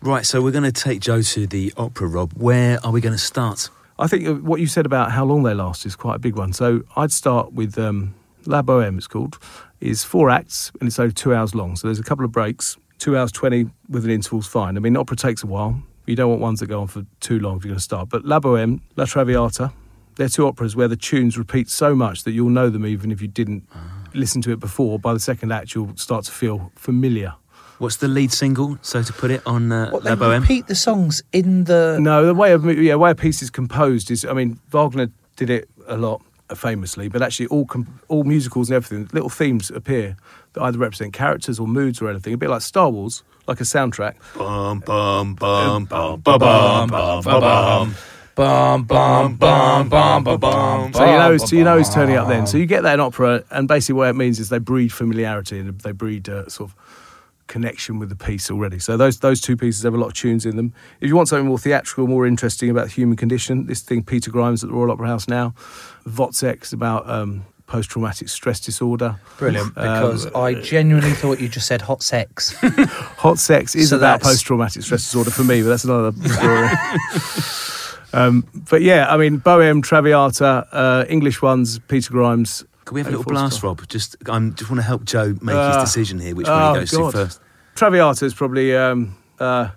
C: Right. So we're going to take Joe to the opera, Rob. Where are we going to start?
E: I think uh, what you said about how long they last is quite a big one. So I'd start with um, La Boheme, it's called, is four acts and it's over two hours long. So there's a couple of breaks, two hours 20 with an interval's fine. I mean, opera takes a while. You don't want ones that go on for too long if you're going to start. But La Boheme, La Traviata, they're two operas where the tunes repeat so much that you'll know them even if you didn't listen to it before. By the second act, you'll start to feel familiar.
C: What's the lead single? So to put it on uh,
G: What,
C: La
G: they
C: Boheme.
G: repeat the songs in the.
E: No, the way a, yeah, way a piece is composed is, I mean, Wagner did it a lot uh, famously, but actually all com- all musicals and everything, little themes appear that either represent characters or moods or anything. A bit like Star Wars, like a soundtrack.
C: Bum bum bum bum
E: bum, bum, bum, bum, bum.
B: Bum, bum, bum, bum, bum, bum.
E: So you know, so you know he's turning up then. So you get that in opera, and basically what it means is they breed familiarity and they breed uh, sort of connection with the piece already. So those those two pieces have a lot of tunes in them. If you want something more theatrical, more interesting about the human condition, this thing Peter Grimes at the Royal Opera House now, Votzek is about um, post traumatic stress disorder.
G: Uh,
B: Brilliant,
E: Um,
B: because I genuinely thought you just said hot sex.
E: Hot sex is
B: So
E: about
B: that's-
E: post traumatic stress disorder for me, but that's another story. um, but yeah, I mean, Boehm, Traviata, uh, English ones, Peter Grimes.
C: Can we have a
E: Harry
C: little
E: Forster.
C: blast, Rob? Just I am just want to help Joe make
E: Uh,
C: his decision here, which one
E: oh,
C: he goes
E: God.
C: to first.
E: Traviata is probably. Um, uh,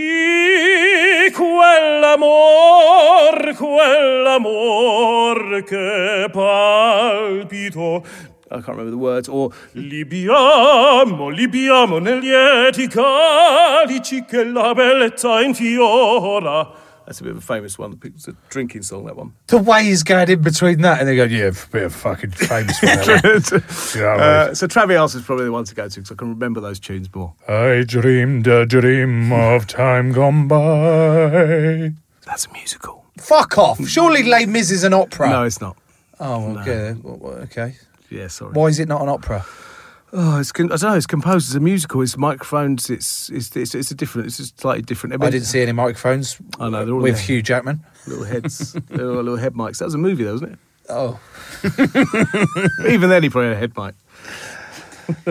K: Di quell'amor, quell'amor che palpito.
E: I can't remember the words. Or
K: Libiamo, libiamo negli lieti calici che la bellezza infiora.
E: That's a bit of a famous one. It's a drinking song, that one.
G: The way he's going in between that, and they go, yeah, a bit of fucking famous one. that one." You know what I mean?
E: Uh, so Traviata is probably the one to go to because I can remember those tunes more.
G: I dreamed a dream of time gone by.
E: That's a musical.
G: Fuck off. Surely Les Mis is an opera.
E: No, it's not.
G: Oh,
E: No.
G: okay. Well, well, okay.
E: Yeah, sorry.
G: Why is it not an opera?
E: Oh, it's con- I don't know. It's composed as a musical. It's microphones. It's it's it's, it's a different. It's a slightly different.
G: I didn't see any microphones.
E: I know they're all
G: with
E: there.
G: Hugh Jackman.
E: Little heads. they're all little head mics. That was a movie, though, wasn't it?
G: Oh.
E: Even then, he probably had a head mic.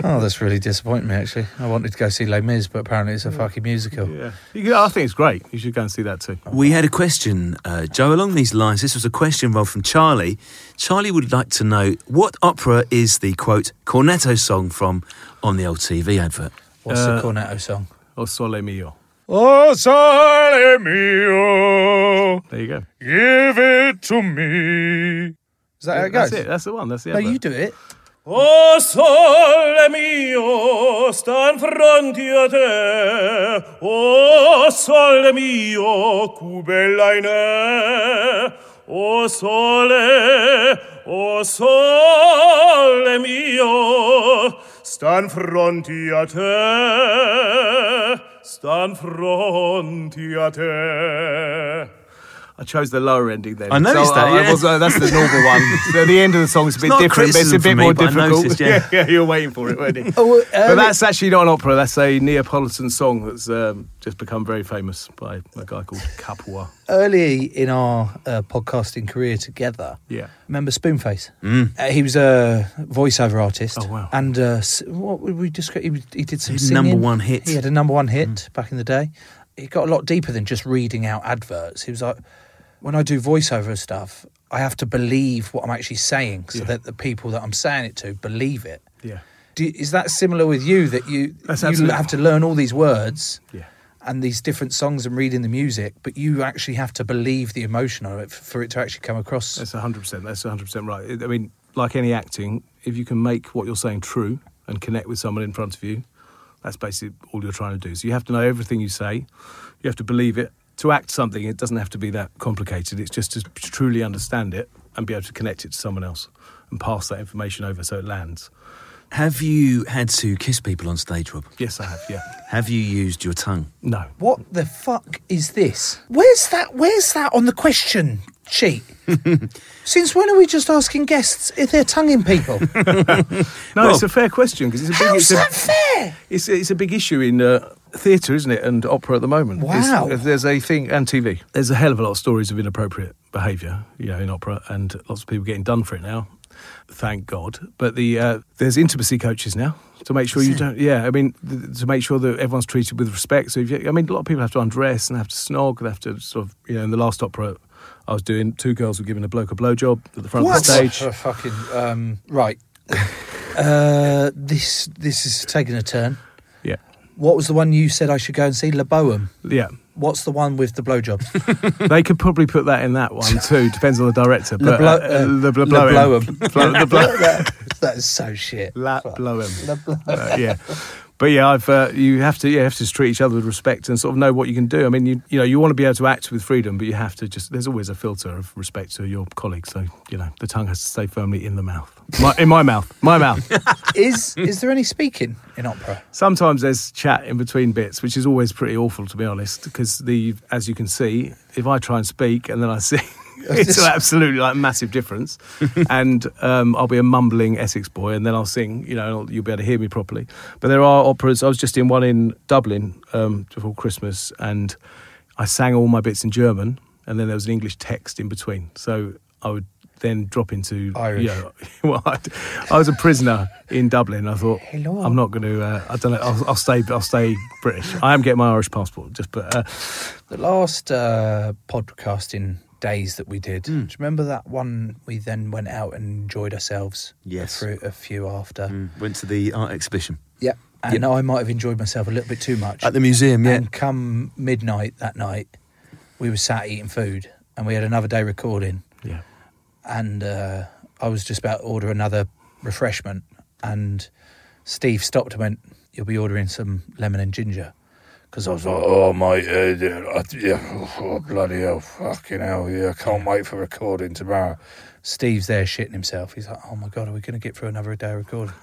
G: oh, that's really disappointing me, actually. I wanted to go see Les Mis, but apparently it's a fucking musical.
E: Yeah. You can, I think it's great. You should go and see that too.
C: We had a question, uh, Joe, along these lines. This was a question, Rob, from Charlie. Charlie would like to know what opera is the quote cornetto song from on the old TV advert.
G: What's
E: Uh,
G: the cornetto song?
E: O Sole Mio.
G: Oh, sole mio.
E: There you go.
G: Give it to me. Is that how it goes?
E: That's it. That's the one. That's the
G: No,
E: other.
G: you do it.
K: O sole mio, stan fronti a te. O sole mio, cu bella in è. O sole, o sole mio, stan fronti a te. Stan fronti a te.
E: I chose the lower ending then.
K: I noticed that,
E: I
K: yeah.
E: was- uh, that's the normal one. So the end of the song's a
K: It's
E: bit
K: not a
E: different, but it's a
K: criticism
E: bit
K: for me,
E: more
K: but I
E: difficult.
K: noticed, yeah.
E: yeah, you were waiting for it, weren't you?
K: Oh, well,
E: but
K: um,
E: that's actually not an opera. That's a Neapolitan song that's um, just become very famous by a guy called Capua.
G: Early in our uh, podcasting career together,
E: Yeah.
G: remember Spoonface?
E: Mm.
G: Uh, he was a voiceover artist. Oh, wow. And uh, s- what would we describe? He, was- he did some
C: He had a number
G: singing.
C: one hit.
G: He had a number one hit back in the day. It got a lot deeper than just reading out adverts. He was like, when I do voiceover stuff, I have to believe what I'm actually saying so that the people that I'm saying it to believe it.
E: Yeah.
G: Do you, is that similar with you that you
E: That's
G: you
E: absolutely-
G: have to learn all these words
E: Yeah.
G: and these different songs and reading the music, but you actually have to believe the emotion of it f- for it to actually come across?
E: That's 100%. That's 100% right. It- I mean, like any acting, if you can make what you're saying true and connect with someone in front of you, that's basically all you're trying to do. So you have to know everything you say, you have to believe it. To act something, it doesn't have to be that complicated. It's just to truly understand it and be able to connect it to someone else and pass that information over so it lands.
C: Have you had to kiss people on stage, Rob?
E: Yes, I have. Yeah.
C: Have you used your tongue?
E: No.
G: What the fuck is this? Where's that? Where's that on the question sheet? Since when are we just asking guests if they're tonguing people?
E: No, it's a fair question because it's a big.
G: How's
E: it's a,
G: that fair?
E: It's, it's a big issue in uh, theatre, isn't it, and opera at the moment. It's-
G: Wow.
E: there's a thing and TV. There's a hell of a lot of stories of inappropriate behaviour, you know, in opera, and lots of people getting done for it now. Thank God. But the uh, there's intimacy coaches now to make sure you don't. Yeah, I mean, th- to make sure that everyone's treated with respect. So if you, I mean, a lot of people have to undress and have to snog and have to sort of, you know, in the last opera. I was doing two girls were giving a bloke a blowjob at the front
G: what?
E: of the stage.
G: Oh, fucking um, right. uh, this this is taking a turn.
E: Yeah.
G: What was the one you said I should go and see? La Boheme.
E: Yeah.
G: What's the one with the blowjobs?
E: they could probably put that in that one too. Depends on the director.
G: Le
E: But
G: blow,
E: uh, uh,
G: uh,
E: the bl-
G: le
E: blow
G: blow
E: him.
G: 'em.
E: Blow- the blow-
G: That- that is so shit.
E: La blow him.
G: Le blow
E: Uh, yeah. But yeah, I've uh, you have to you have to just treat each other with respect and sort of know what you can do. I mean, you you know you want to be able to act with freedom, but you have to just there's always a filter of respect to your colleagues. So you know the tongue has to stay firmly in the mouth, my, in my mouth, my mouth.
G: is is there any speaking in opera?
E: Sometimes there's chat in between bits, which is always pretty awful to be honest. Because the as you can see, if I try and speak and then I sing. It's absolutely like massive difference, and um, I'll be a mumbling Essex boy, and then I'll sing. You know, you'll be able to hear me properly. But there are operas. I was just in one in Dublin um, before Christmas, and I sang all my bits in German, and then there was an English text in between. So I would then drop into
G: Irish.
E: You know, well, I, I was a prisoner in Dublin. I thought
G: Hello.
E: I'm not going to. Uh, I don't know. I'll, I'll stay. I'll stay British. I am getting my Irish passport. Just but uh,
G: The last uh, podcasting days that we did,
L: Hmm.
G: do you remember that one we then went out and enjoyed ourselves?
L: Yes. Hmm.
G: A few, a few after.
L: Went to the art exhibition.
G: Yeah. And I might have enjoyed myself a little bit too much.
L: At the museum, yeah.
G: And come midnight that night, we were sat eating food and we had another day recording.
E: Yeah.
G: And uh, I was just about to order another refreshment. And Steve stopped and went, You'll be ordering some lemon and ginger. Because I was like,
M: Oh mate, uh, yeah, I- yeah, oh, bloody hell, fucking hell, yeah, can't wait for recording tomorrow.
G: Steve's there shitting himself. He's like, oh my God, are we going to get through another day of recording?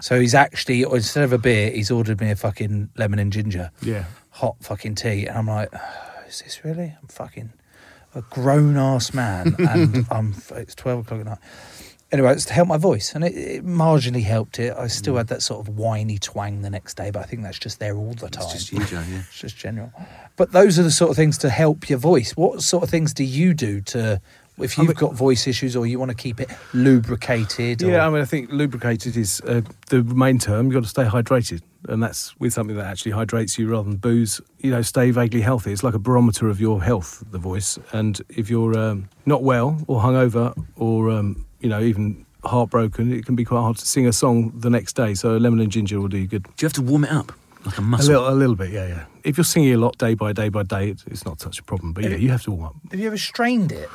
G: So he's actually, instead of a beer, he's ordered me a fucking lemon and ginger.
E: Yeah.
G: Hot fucking tea. And I'm like, "Oh, is this really? I'm fucking a grown ass man. and I'm, it's 12 o'clock at night. Anyway, it's to help my voice. And it, it marginally helped it. I still had that sort of whiny twang the next day, but I think that's just there all the time. It's just
L: you, Joe, yeah.
G: It's just general. But those are the sort of things to help your voice. What sort of things do you do to, if you've got voice issues or you want to keep it lubricated? Or,
E: Yeah, I mean, I think lubricated is uh, the main term. You've got to stay hydrated, and that's with something that actually hydrates you rather than booze. You know, stay vaguely healthy. It's like a barometer of your health, the voice. And if you're um, not well or hungover or, um, you know, even heartbroken, it can be quite hard to sing a song the next day. So lemon and ginger will do you good. Do
L: you have to warm it up like a
E: A
L: muscle?
E: little, a little bit, yeah, yeah. If you're singing a lot day by day by day, it's, it's not such a problem. But yeah, you have to warm up.
G: Have you ever strained it?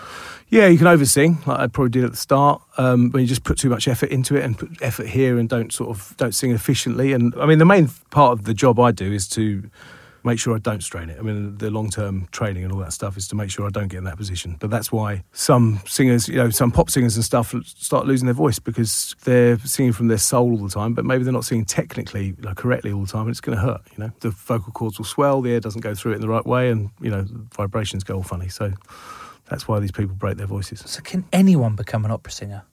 E: Yeah, you can oversing, like I probably did at the start. Um, when you just put too much effort into it and put effort here and don't sort of don't sing efficiently. And I mean, the main part of the job I do is to make sure I don't strain it. I mean, the long term training and all that stuff is to make sure I don't get in that position. But that's why some singers, you know, some pop singers and stuff start losing their voice because they're singing from their soul all the time, but maybe they're not singing technically like, correctly all the time, and it's going to hurt. You know, the vocal cords will swell, the air doesn't go through it in the right way, and you know, vibrations go all funny. So. That's why these people break their voices.
G: So can anyone become an opera singer?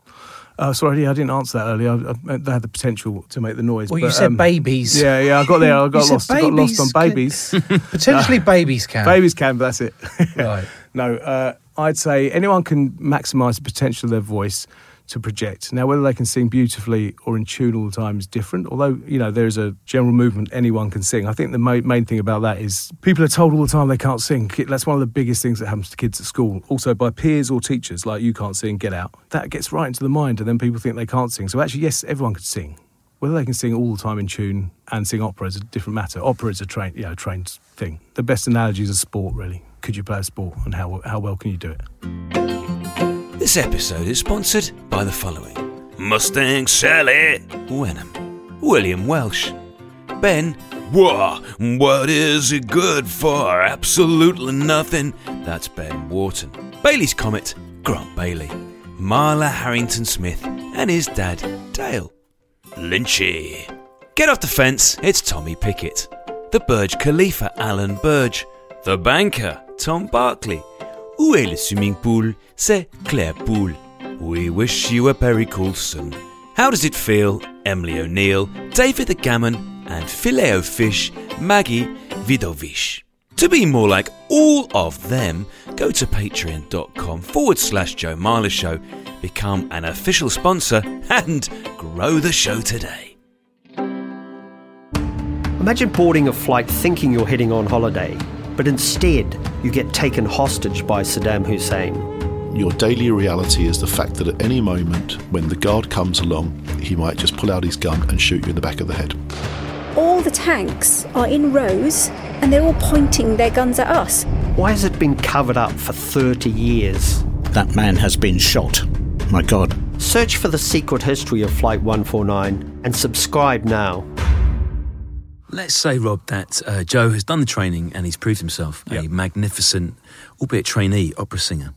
E: Uh, sorry, yeah, I didn't answer that earlier. I, I, they had the potential to make the noise.
G: Well, you
E: but,
G: said
E: um,
G: babies.
E: Yeah, yeah, I got there. I
G: You
E: got
G: said
E: lost. I got lost on
G: babies can-
E: babies.
G: Potentially
E: No.
G: babies can.
E: Babies can, but that's it.
G: Right.
E: no, uh, I'd say anyone can maximise the potential of their voice to project. Now, whether they can sing beautifully or in tune all the time is different. Although you know there is a general movement anyone can sing. I think the ma- main thing about that is people are told all the time they can't sing. Ki- That's one of the biggest things that happens to kids at school. Also by peers or teachers, like you can't sing, get out. That gets right into the mind, and then people think they can't sing. So actually, yes, everyone could sing. Whether they can sing all the time in tune and sing opera is a different matter. Opera is a train, you know, trained thing. The best analogy is a sport, really. Could you play a sport, and how how well can you do it?
C: This episode is sponsored by the following Mustang Sally, Wenham, William Welsh, Ben, Whoa, what is it good for? Absolutely nothing. That's Ben Wharton. Bailey's Comet, Grant Bailey, Marla Harrington Smith, and his dad, Dale. Lynchy. Get off the fence, it's Tommy Pickett. The Burj Khalifa, Alan Burge. The banker, Tom Barkley. Où est le swimming pool? C'est Claire Pool. We wish you a Perry Coulson. How does it feel? Emily O'Neill, David the Gammon, and Filet o Fish, Maggie Vidovich. To be more like all of them, go to patreon.com forward slash Joe Marler Show, become an official sponsor, and grow the show today.
B: Imagine boarding a flight thinking you're heading on holiday, but instead you get taken hostage by Saddam Hussein.
N: Your daily reality is the fact that at any moment, when the guard comes along, he might just pull out his gun and shoot you in the back of the head.
O: All the tanks are in rows and they're all pointing their guns at us.
B: Why has it been covered up for 30 years?
P: That man has been shot. My God.
B: Search for the secret history of Flight 149 and subscribe now.
C: Let's say, Rob, that uh, Joe has done the training and he's proved himself a magnificent, albeit trainee, opera singer.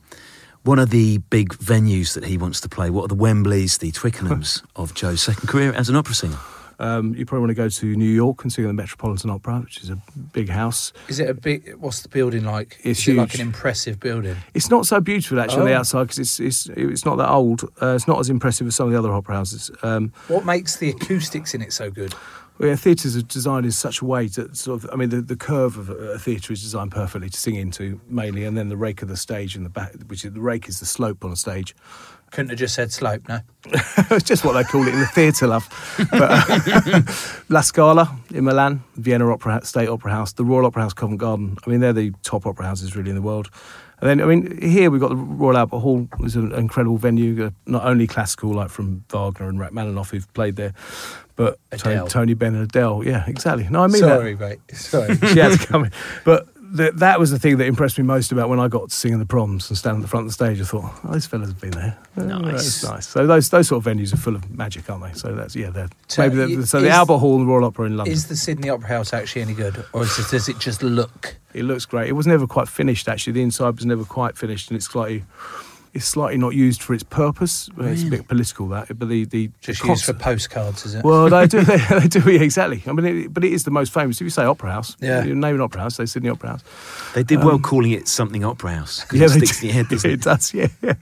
C: One of the big venues that he wants to play, what are the Wembleys, the Twickenhams of Joe's second career as an opera singer?
E: Um, you probably want to go to New York and sing at the Metropolitan Opera, which is a big house.
G: Is it a big? What's the building like?
E: It's
G: is it like an
E: huge.
G: impressive building?
E: It's not so beautiful actually on the
G: Oh.
E: outside because it's, it's it's not that old. Uh, it's not as impressive as some of the other opera houses. Um,
G: What makes the acoustics in it so good?
E: well, yeah, theatres are designed in such a way that sort of, I mean, the, the curve of a, a theatre is designed perfectly to sing into mainly, and then the rake of the stage in the back, which is the rake is the slope on a stage.
G: Couldn't have just said slope, no.
E: it's just what they call it in the theatre, love. But, uh, La Scala in Milan, Vienna Opera Hou- State Opera House, the Royal Opera House, Covent Garden. I mean, they're the top opera houses really in the world. And then, I mean, here we've got the Royal Albert Hall, is an incredible venue, uh, not only classical, like from Wagner and Rachmaninoff who've played there, but
G: Adele.
E: Tony, Tony Bennett and Adele. Yeah, exactly. No, I mean uh, that
G: Sorry, mate. Sorry.
E: she had to come in. But th- that was the thing that impressed me most about when I got to sing in the proms and stand at the front of the stage. I thought, oh, these fellas have been there. Oh,
G: Nice.
E: that's nice. So those those sort of venues are full of magic, aren't they? So that's yeah, they're
G: So
E: maybe
G: you-
E: the, so the
G: is-
E: Albert Hall and the Royal Opera in London.
G: Is the Sydney Opera House actually any good, or is it, does it just look?
E: It looks great. It was never quite finished actually. The inside was never quite finished, and it's slightly. It's slightly not used for its purpose. Well, It's a
G: Really?
E: bit political that, but the the
G: Just
E: the
G: used
E: cost-
G: for postcards, is it?
E: Well, they do. They, they do. Yeah, exactly. I mean, it, but it is the most famous. If you say opera house,
C: Yeah.
E: you name an opera house, say Sydney Opera House.
C: They did well
E: Um,
C: calling it something opera house. 'cause
E: Yeah,
C: it
E: they
C: sticks in your head,
E: do.
C: doesn't it?
E: It does, yeah.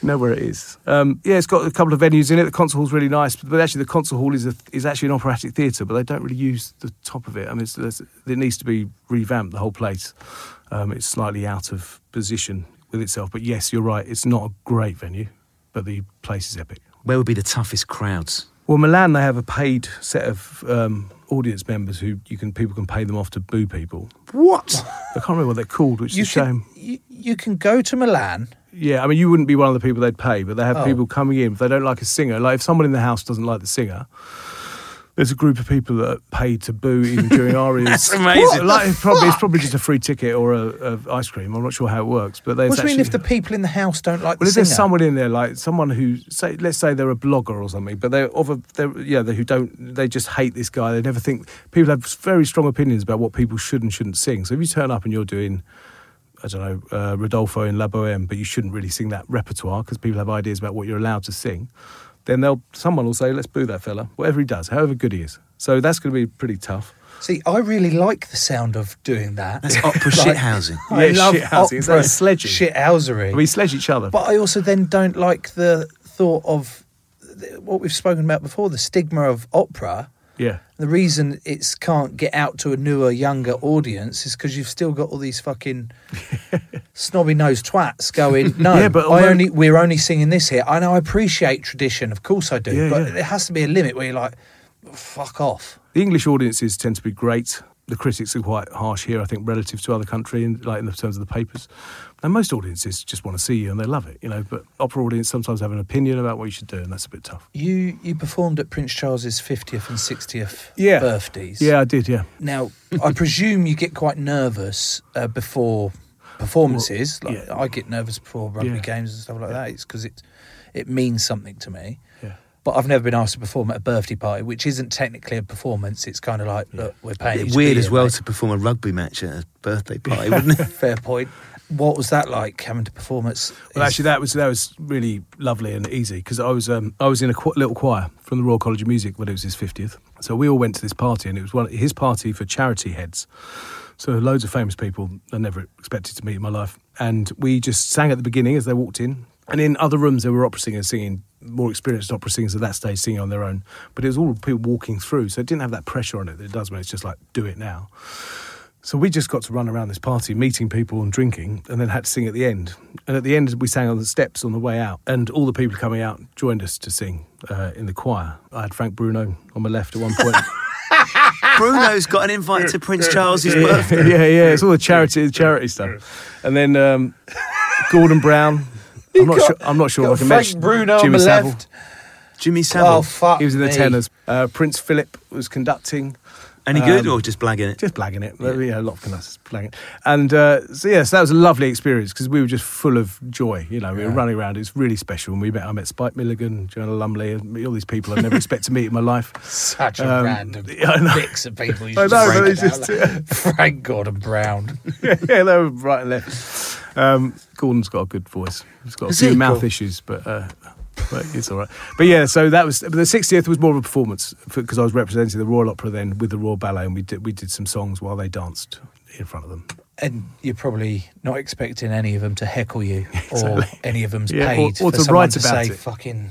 E: know where it is. Um, yeah, it's got a couple of venues in it. The concert hall's really nice, but, but actually the concert hall is a, is actually an operatic theatre, but they don't really use the top of it. I mean, it's, there's- it needs to be revamped the whole place. Um, it's slightly out of position with itself, but yes, you're right. It's not a great venue, but the place is epic.
C: Where would be the toughest crowds?
E: Well, Milan, they have a paid set of um, audience members who you can people can pay them off to boo people.
G: What?
E: I can't remember what they're called, which is a shame.
G: You, you can go to Milan.
E: Yeah, I mean, you wouldn't be one of the people they'd pay, but they have
G: Oh.
E: people coming in. If they don't like a singer, like if someone in the house doesn't like the singer, there's a group of people that are paid to boo even during arias.
G: That's amazing. What
E: Like, it's
G: the
E: probably, it's probably just a free ticket or a, a ice cream. I'm not sure how it works, but there's
G: What do you
E: actually.
G: mean if the people in the house don't like the
E: well, if
G: singer?
E: there's someone in there, like someone who say, let's say they're a blogger or something, but they're of a, they're, yeah, they who don't, they just hate this guy. They never think people have very strong opinions about what people should and shouldn't sing. So if you turn up and you're doing I don't know, uh, Rodolfo in La Boheme, but you shouldn't really sing that repertoire because people have ideas about what you're allowed to sing, then they'll someone will say, let's boo that fella, whatever he does, however good he is. So that's going to be pretty tough.
G: See, I really like the sound of doing that.
E: That's opera shithousing.
G: I
E: Yeah,
G: love
E: shithousing. It's
G: opera
E: like sledging.
G: shithousery.
E: We sledge each other.
G: But I also then don't like the thought of th- what we've spoken about before, the stigma of opera.
E: Yeah.
G: The reason it's can't get out to a newer, younger audience is because you've still got all these fucking snobby nosed twats going. No,
Q: Yeah, but
G: I
Q: although-
G: only we're only singing this here. I know I appreciate tradition, of course I do,
E: Yeah,
G: but
E: yeah.
G: there has to be a limit where you're like, fuck off.
E: The English audiences tend to be great. The critics are quite harsh here, I think, relative to other country, in, like in the terms of the papers. And most audiences just want to see you and they love it, you know. But opera audience sometimes have an opinion about what you should do, and that's a bit tough.
G: You you performed at Prince Charles's fiftieth and sixtieth
E: Yeah.
G: birthdays.
E: Yeah, I did. Yeah.
G: Now, I presume you get quite nervous uh, before performances. Like, I get nervous before rugby
Q: Yeah.
G: games and stuff like that. It's because it it means something to me.
E: Yeah.
G: But I've never been asked to perform at a birthday party, which isn't technically a performance. It's kind of like, look, we're paying. you
C: Bit
G: to
C: weird
G: be
C: as
G: here,
C: well
G: mate.
C: to perform a rugby match at a birthday party, wouldn't it?
G: Fair point. What was that like having to perform at?
E: Well, actually, that was that was really lovely and easy because I was um, I was in a qu- little choir from the Royal College of Music when it was his fiftieth. So we all went to this party, and it was one his party for charity heads. So loads of famous people I never expected to meet in my life, and we just sang at the beginning as they walked in. And in other rooms, there were opera singers singing, more experienced opera singers at that stage singing on their own. But it was all people walking through, so it didn't have that pressure on it that it does when it's just like, do it now. So we just got to run around this party, meeting people and drinking, and then had to sing at the end. And at the end, we sang on the steps on the way out, and all the people coming out joined us to sing uh, in the choir. I had Frank Bruno on my left at one point.
C: Bruno's got an invite to Prince Charles's
E: yeah,
C: birthday.
E: Yeah, yeah, it's all the charity, charity stuff. And then um, Gordon Brown. I'm not, sure, I'm not sure.
G: got
E: I can
G: Frank
E: mention
G: Bruno on
E: Jimmy
G: the
E: Savile.
G: left.
C: Jimmy
G: Savile. Oh, fuck
E: He was in the
G: me.
E: tenors. Uh, Prince Philip was conducting.
R: Any good
E: Um,
R: or just blagging it?
E: Just blagging it. Yeah, a lot of Canucks blagging it. And uh, so, yes, that was a lovely experience because we were just full of joy. You know, we were
R: Yeah.
E: running around. It was really special. And we met, I met Spike Milligan, Joanna Lumley, and all these people I never expect to meet in my life.
G: Such a
E: Um,
G: random
E: yeah, I know.
G: mix of people. You
E: I know,
G: just
E: but it's
G: picked out,
E: just.
G: like,
E: yeah.
G: Frank Gordon Brown.
E: yeah, they were right and left. Um, Gordon's got a good voice. He's got a
G: Is
E: few
G: he?
E: mouth
G: Cool.
E: issues, but, uh, but it's all right. But yeah, so that was but the 60th was more of a performance because I was representing the Royal Opera then with the Royal Ballet, and we did we did some songs while they danced in front of them.
G: And you're probably not expecting any of them to heckle you, or
E: Exactly.
G: any of them's
E: Yeah, or-
G: paid for
E: or to
G: someone
E: write
G: to
E: about
G: say,
E: it.
G: "Fucking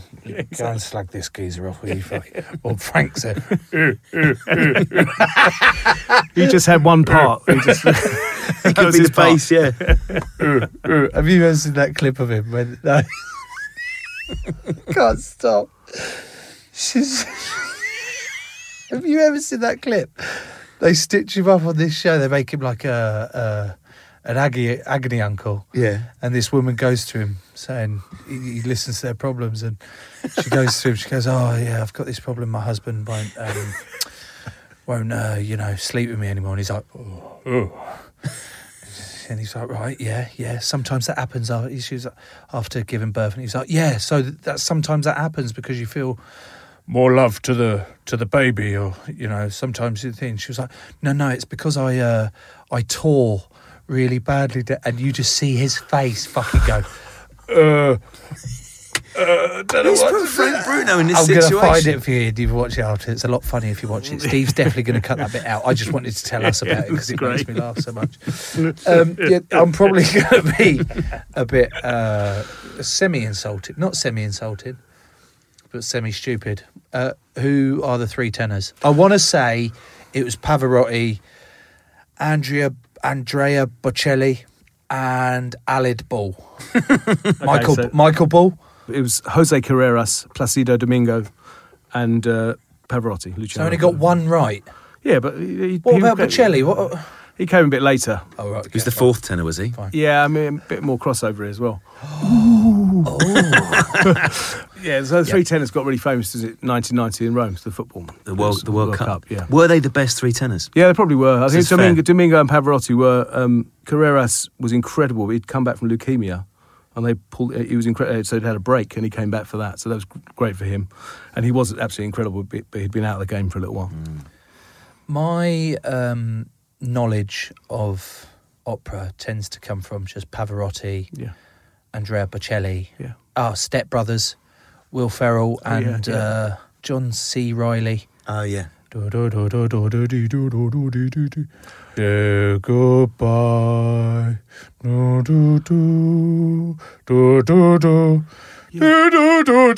G: go and slag this geezer off, will you?" Fucking, or Frank's a.
E: He just had one part. He just
G: He
E: could be the bass,
G: yeah. Have you ever seen that clip of him when no. can't stop? She's Have you ever seen that clip? They stitch him up on this show, they make him like a, a an agony, agony uncle.
R: Yeah.
G: And this woman goes to him saying he, he listens to their problems and she goes to him, she goes, Oh yeah, I've got this problem, my husband won't um, won't uh, you know, sleep with me anymore and he's like, Oh, and he's like, right, yeah, yeah. Sometimes that happens. uh, She was like, after giving birth, and he's like, yeah. So th- that sometimes that happens because you feel more love to the to the baby, or you know, sometimes you think. She was like, no, no, it's because I uh, I tore really badly, da- and you just see his face fucking go. Uh, uh, don't know
R: He's
G: what
R: put
G: to
R: Frank
G: do.
R: Bruno in this
G: I'm
R: situation.
G: gonna find it for you. and You watch it after. It's a lot funnier if you watch it. Steve's definitely going to cut that bit out. I just wanted to tell us about it because it makes me laugh so much. Um, yeah, I'm probably going to be a bit uh, semi-insulted, not semi-insulted, but semi-stupid. Uh, who are the three tenors? I want to say it was Pavarotti, Andrea Andrea Bocelli, and Alid Ball. Michael Michael Ball.
E: It was Jose Carreras, Placido Domingo, and uh, Pavarotti. Luciano.
G: So I only got one right.
E: Yeah, but he, he-
G: What
E: he
G: about
E: came-
G: Bocelli? What?
E: He came a bit later.
G: Oh right.
R: Who's the fourth tenor? Was he?
E: Yeah, I mean, a bit more crossover as well. yeah, so the three tenors got really famous, is it? 1990 in Rome, the football.
R: The World,
E: Yes,
R: the World, Cup.
E: Yeah.
R: Were they the best three tenors?
E: Yeah, they probably were. I
R: This
E: think
R: is fair.
E: Domingo, Domingo and Pavarotti were. Um, Carreras was incredible. He'd come back from leukemia, and they pulled. He was incredible. So he'd had a break, and he came back for that. So that was g- great for him, and he was absolutely incredible. But but he'd been out of the game for a little while.
R: Mm.
G: My um, knowledge of opera tends to come from just Pavarotti,
E: yeah.
G: Andrea Bocelli,
E: yeah.
G: our Step Brothers, Will Ferrell,
R: Oh, yeah,
G: and
R: yeah.
G: Uh, John C. Riley.
R: Oh yeah.
G: Yeah, goodbye.
S: Do do do do do do do do do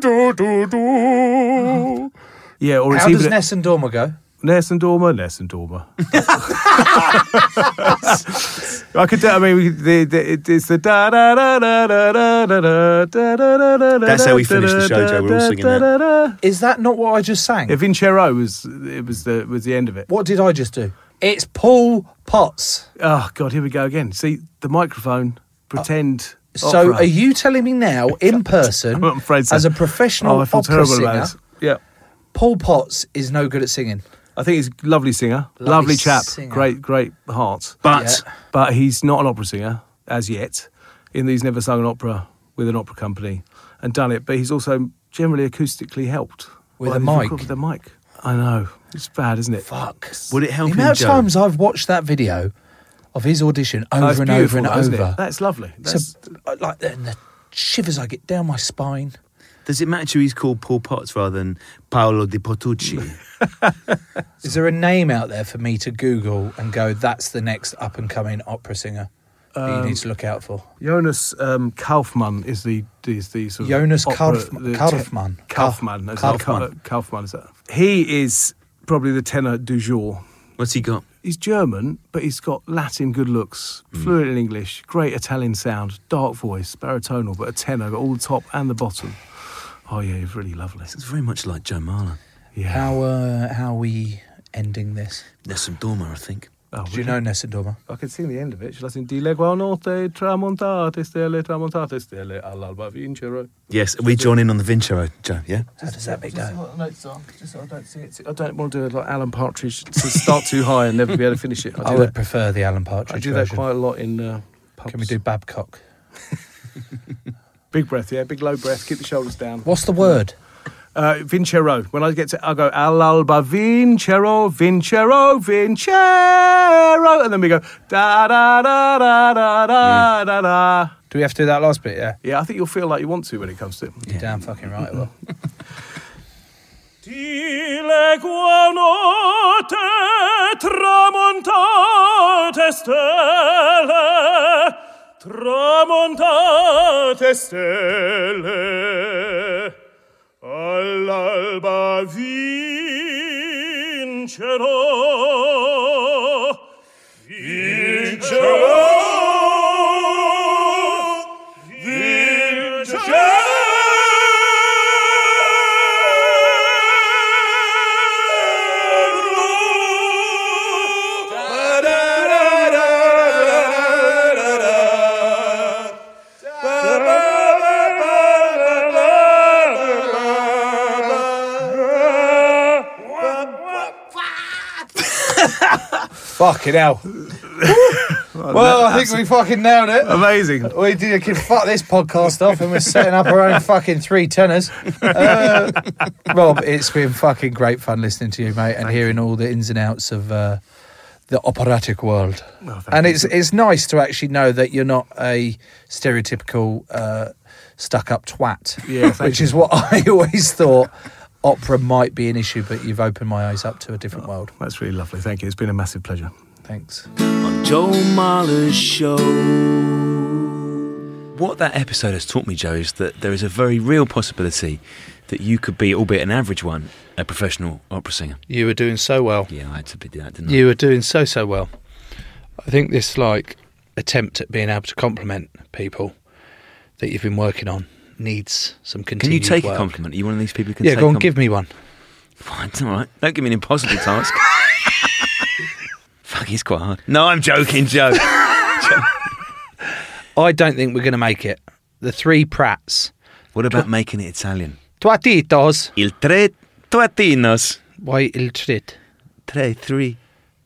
S: do do do do.
E: Yeah, or it's
G: How
E: even
G: does Ness and Dormer go?
E: Ness and Dormer, Ness and Dormer. I could. do- I mean, we, the, the, it- it's the da da da da da da da da da da da.
R: That's how we finish the show, Joe. We're all singing that.
G: Is that not what I just sang?
E: Yeah, Vincero was it was the was the end of it.
G: What did I just do? It's Paul Potts.
E: Oh God, here we go again. See the microphone. Pretend.
G: Uh, So,
E: opera.
G: are you telling me now, in person, as a professional
E: Oh, I feel
G: opera
E: terrible
G: singer,
E: about this. Yeah.
G: Paul Potts is no good at singing?
E: I think he's a lovely singer,
G: Lovely
E: lovely, chap,
G: singer.
E: great, great heart.
G: But- Yeah.
E: but he's not an opera singer as yet. In that he's never sung an opera with an opera company and done it. But he's also generally acoustically helped
G: With
E: by
G: a
E: the
G: mic.
E: With a mic. I know. It's bad, isn't it? Fuck.
R: Would it help
G: the amount of times I've watched that video of his audition
E: Oh,
G: over
E: it's
G: and over
E: beautiful,
G: and
E: though, isn't it?
G: over.
E: That's lovely. That's-
G: So, like and the shivers I get down my spine.
R: Does it matter who he's called Paul Potts rather than Paolo Di Potucci?
G: Is there a name out there for me to Google and go? That's the next up and coming opera singer that you
E: Um,
G: need to look out for.
E: Jonas um, Kaufmann is the is the sort of
G: Jonas
E: opera-
G: Kaufm-
E: the te-
G: Kaufmann.
E: Kaufmann. is it?
G: Kaufmann.
E: Ka- Kaufmann is that? He is probably the tenor du jour.
R: What's he got?
E: He's German, but he's got Latin good looks, fluent in English, great Italian sound, dark voice, baritonal, but a tenor, got all the top and the bottom. Oh yeah, he's really lovely. It's
R: very much like Joe Marler.
E: Yeah.
G: How uh, how are we ending this?
R: Ness and Dormer, I think.
E: Oh,
G: Did you know Nessa Dorma?
E: I could sing the end of it. She lets in Dile qua notte tramontate stelle tramontate stelle all'alba vincere.
T: Yes, we join in on the Vincero, Joe. Yeah.
E: How does that make
G: go?
E: Just so I don't see it. I don't want to do like Alan Partridge to start too high and never be able to finish it.
G: I,
E: do
G: would
E: that-
G: prefer the Alan Partridge
E: I do that
G: version.
E: quite a lot in. Uh, pubs.
G: Can we do Babcock?
E: Big breath, yeah, big low breath. Keep the shoulders down.
G: What's the word?
E: Uh, Vincero. When I get to, I go Al'alba Vincero, Vincero, Vincero, and then we go da da da da da da da da.
G: Do we have to do that last bit? Yeah.
E: Yeah, I think you'll feel like you want to when it comes to it.
G: You're damn fucking right. Well,
U: Dile qua notte tramontate stelle, tramontate stelle, all'alba vincerò, vincerò, vincerò.
G: fucking hell. well, I think we fucking nailed it.
E: Amazing.
G: We did. Can fuck this podcast off, and we're setting up our own fucking three tenors. Uh, Rob, it's been fucking great fun listening to you, mate, and hearing all the ins and outs of uh, the operatic world. and it's it's nice to actually know that you're not a stereotypical uh, stuck up twat.
E: Yeah, thank
G: which
E: you.
G: is what I always thought opera might be an issue, but you've opened my eyes up to a different world.
E: Oh, That's really lovely. Thank you. It's been a massive pleasure.
G: Thanks.
V: on Joe Marler's show.
C: What that episode has taught me, Joe, is that there is a very real possibility that you could be, albeit an average one, a professional opera singer.
D: You were doing so well.
C: Yeah, I had to be that, didn't I?
D: You were doing so so well. I think this like attempt at being able to compliment people that you've been working on needs some
C: Can you
D: continued
C: take
D: work.
C: a compliment? Are you one of these people who can
D: Yeah,
C: take
D: go on,
C: compl-
D: give me one.
C: Fine, it's all right. Don't give me an impossible task. Fuck, it's quite hard. No, I'm joking, Joe.
D: I don't think we're going to make it. The three prats.
C: What about making it Italian?
D: Tuatitos.
C: Il tre tuatinos.
D: Why il trit?
C: Tre three.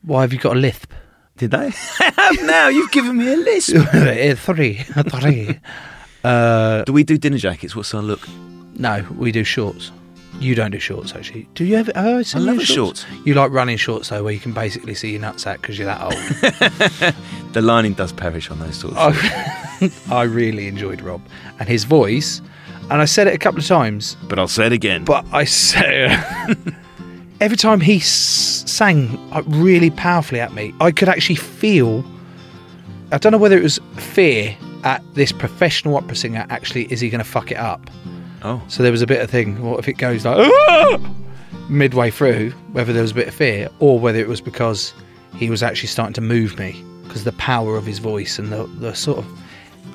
D: Why have you got a lisp?
C: Did I? now you've given me a list.
D: Eh, three, three. Uh,
C: do we do dinner jackets? What's our look?
D: No, we do shorts. You don't do shorts actually. Do you ever? Oh,
C: I love a shorts.
D: You like running shorts though, where you can basically see your nutsack because you're that old.
C: The lining does perish on those sorts. of
D: I, I really enjoyed Rob and his voice, and I said it a couple of times,
C: But I'll say it again.
D: but I said every time he s- sang like, really powerfully at me, I could actually feel. I don't know whether it was fear at this professional opera singer. Actually, is he going to fuck it up?
C: Oh,
D: so there was a bit of thing. What if it goes like "Ah!" midway through? Whether there was a bit of fear or whether it was because he was actually starting to move me because the power of his voice and the the sort of.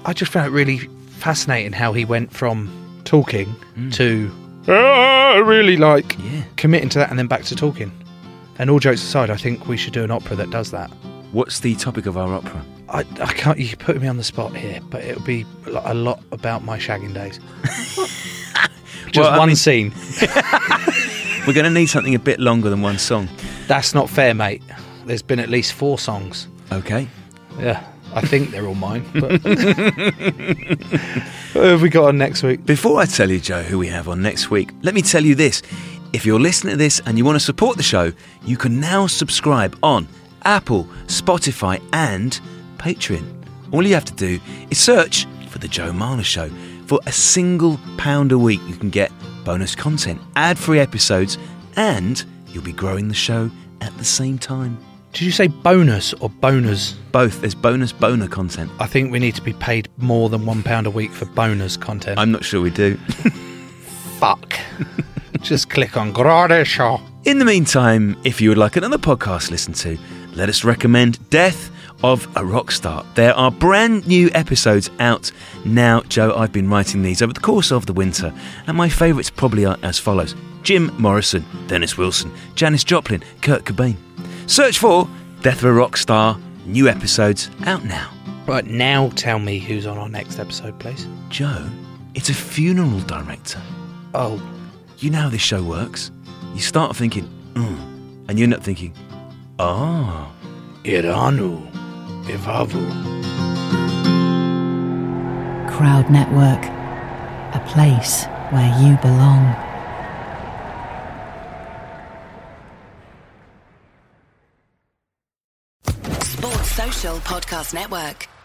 D: I just found it really fascinating how he went from talking
C: Mm.
D: to "Ah," really like committing to that and then back to talking. And all jokes aside, I think we should do an opera that does that.
C: What's the topic of our opera?
D: I, I can't. You put me on the spot here, but it'll be like a lot about my shagging days. Just
C: Well, I
D: one
C: mean-
D: scene.
C: We're going to need something a bit longer than one song.
D: That's not fair, mate. There's been at least four songs.
C: Okay.
D: Yeah, I think they're all mine. But What have we got on next week?
C: Before I tell you, Joe, who we have on next week, let me tell you this. If you're listening to this and you want to support the show, you can now subscribe on Apple, Spotify, and Patreon. All you have to do is search for The Joe Marler Show. For a single pound a week, you can get bonus content, ad free episodes, and you'll be growing the show at the same time.
D: Did you say bonus or boners?
C: Both. There's bonus boner content.
D: I think we need to be paid more than one pound a week for bonus content.
C: I'm not sure we do.
D: Fuck. Just click on Grade Show.
C: In the meantime, if you would like another podcast to listen to, let us recommend Death of a Rock Star. There are brand new episodes out now, Joe. I've been writing these over the course of the winter, and my favourites probably are as follows Jim Morrison, Dennis Wilson, Janis Joplin, Kurt Cobain. Search for Death of a Rock Star, new episodes out now.
D: Right, now tell me who's on our next episode, please.
C: Joe, it's a funeral director.
D: Oh.
C: You know how this show works. You start thinking, mm, and you end up thinking, ah.
W: Iranu, Evavu.
E: Crowd Network, a place where you belong.
X: Sports Social Podcast Network.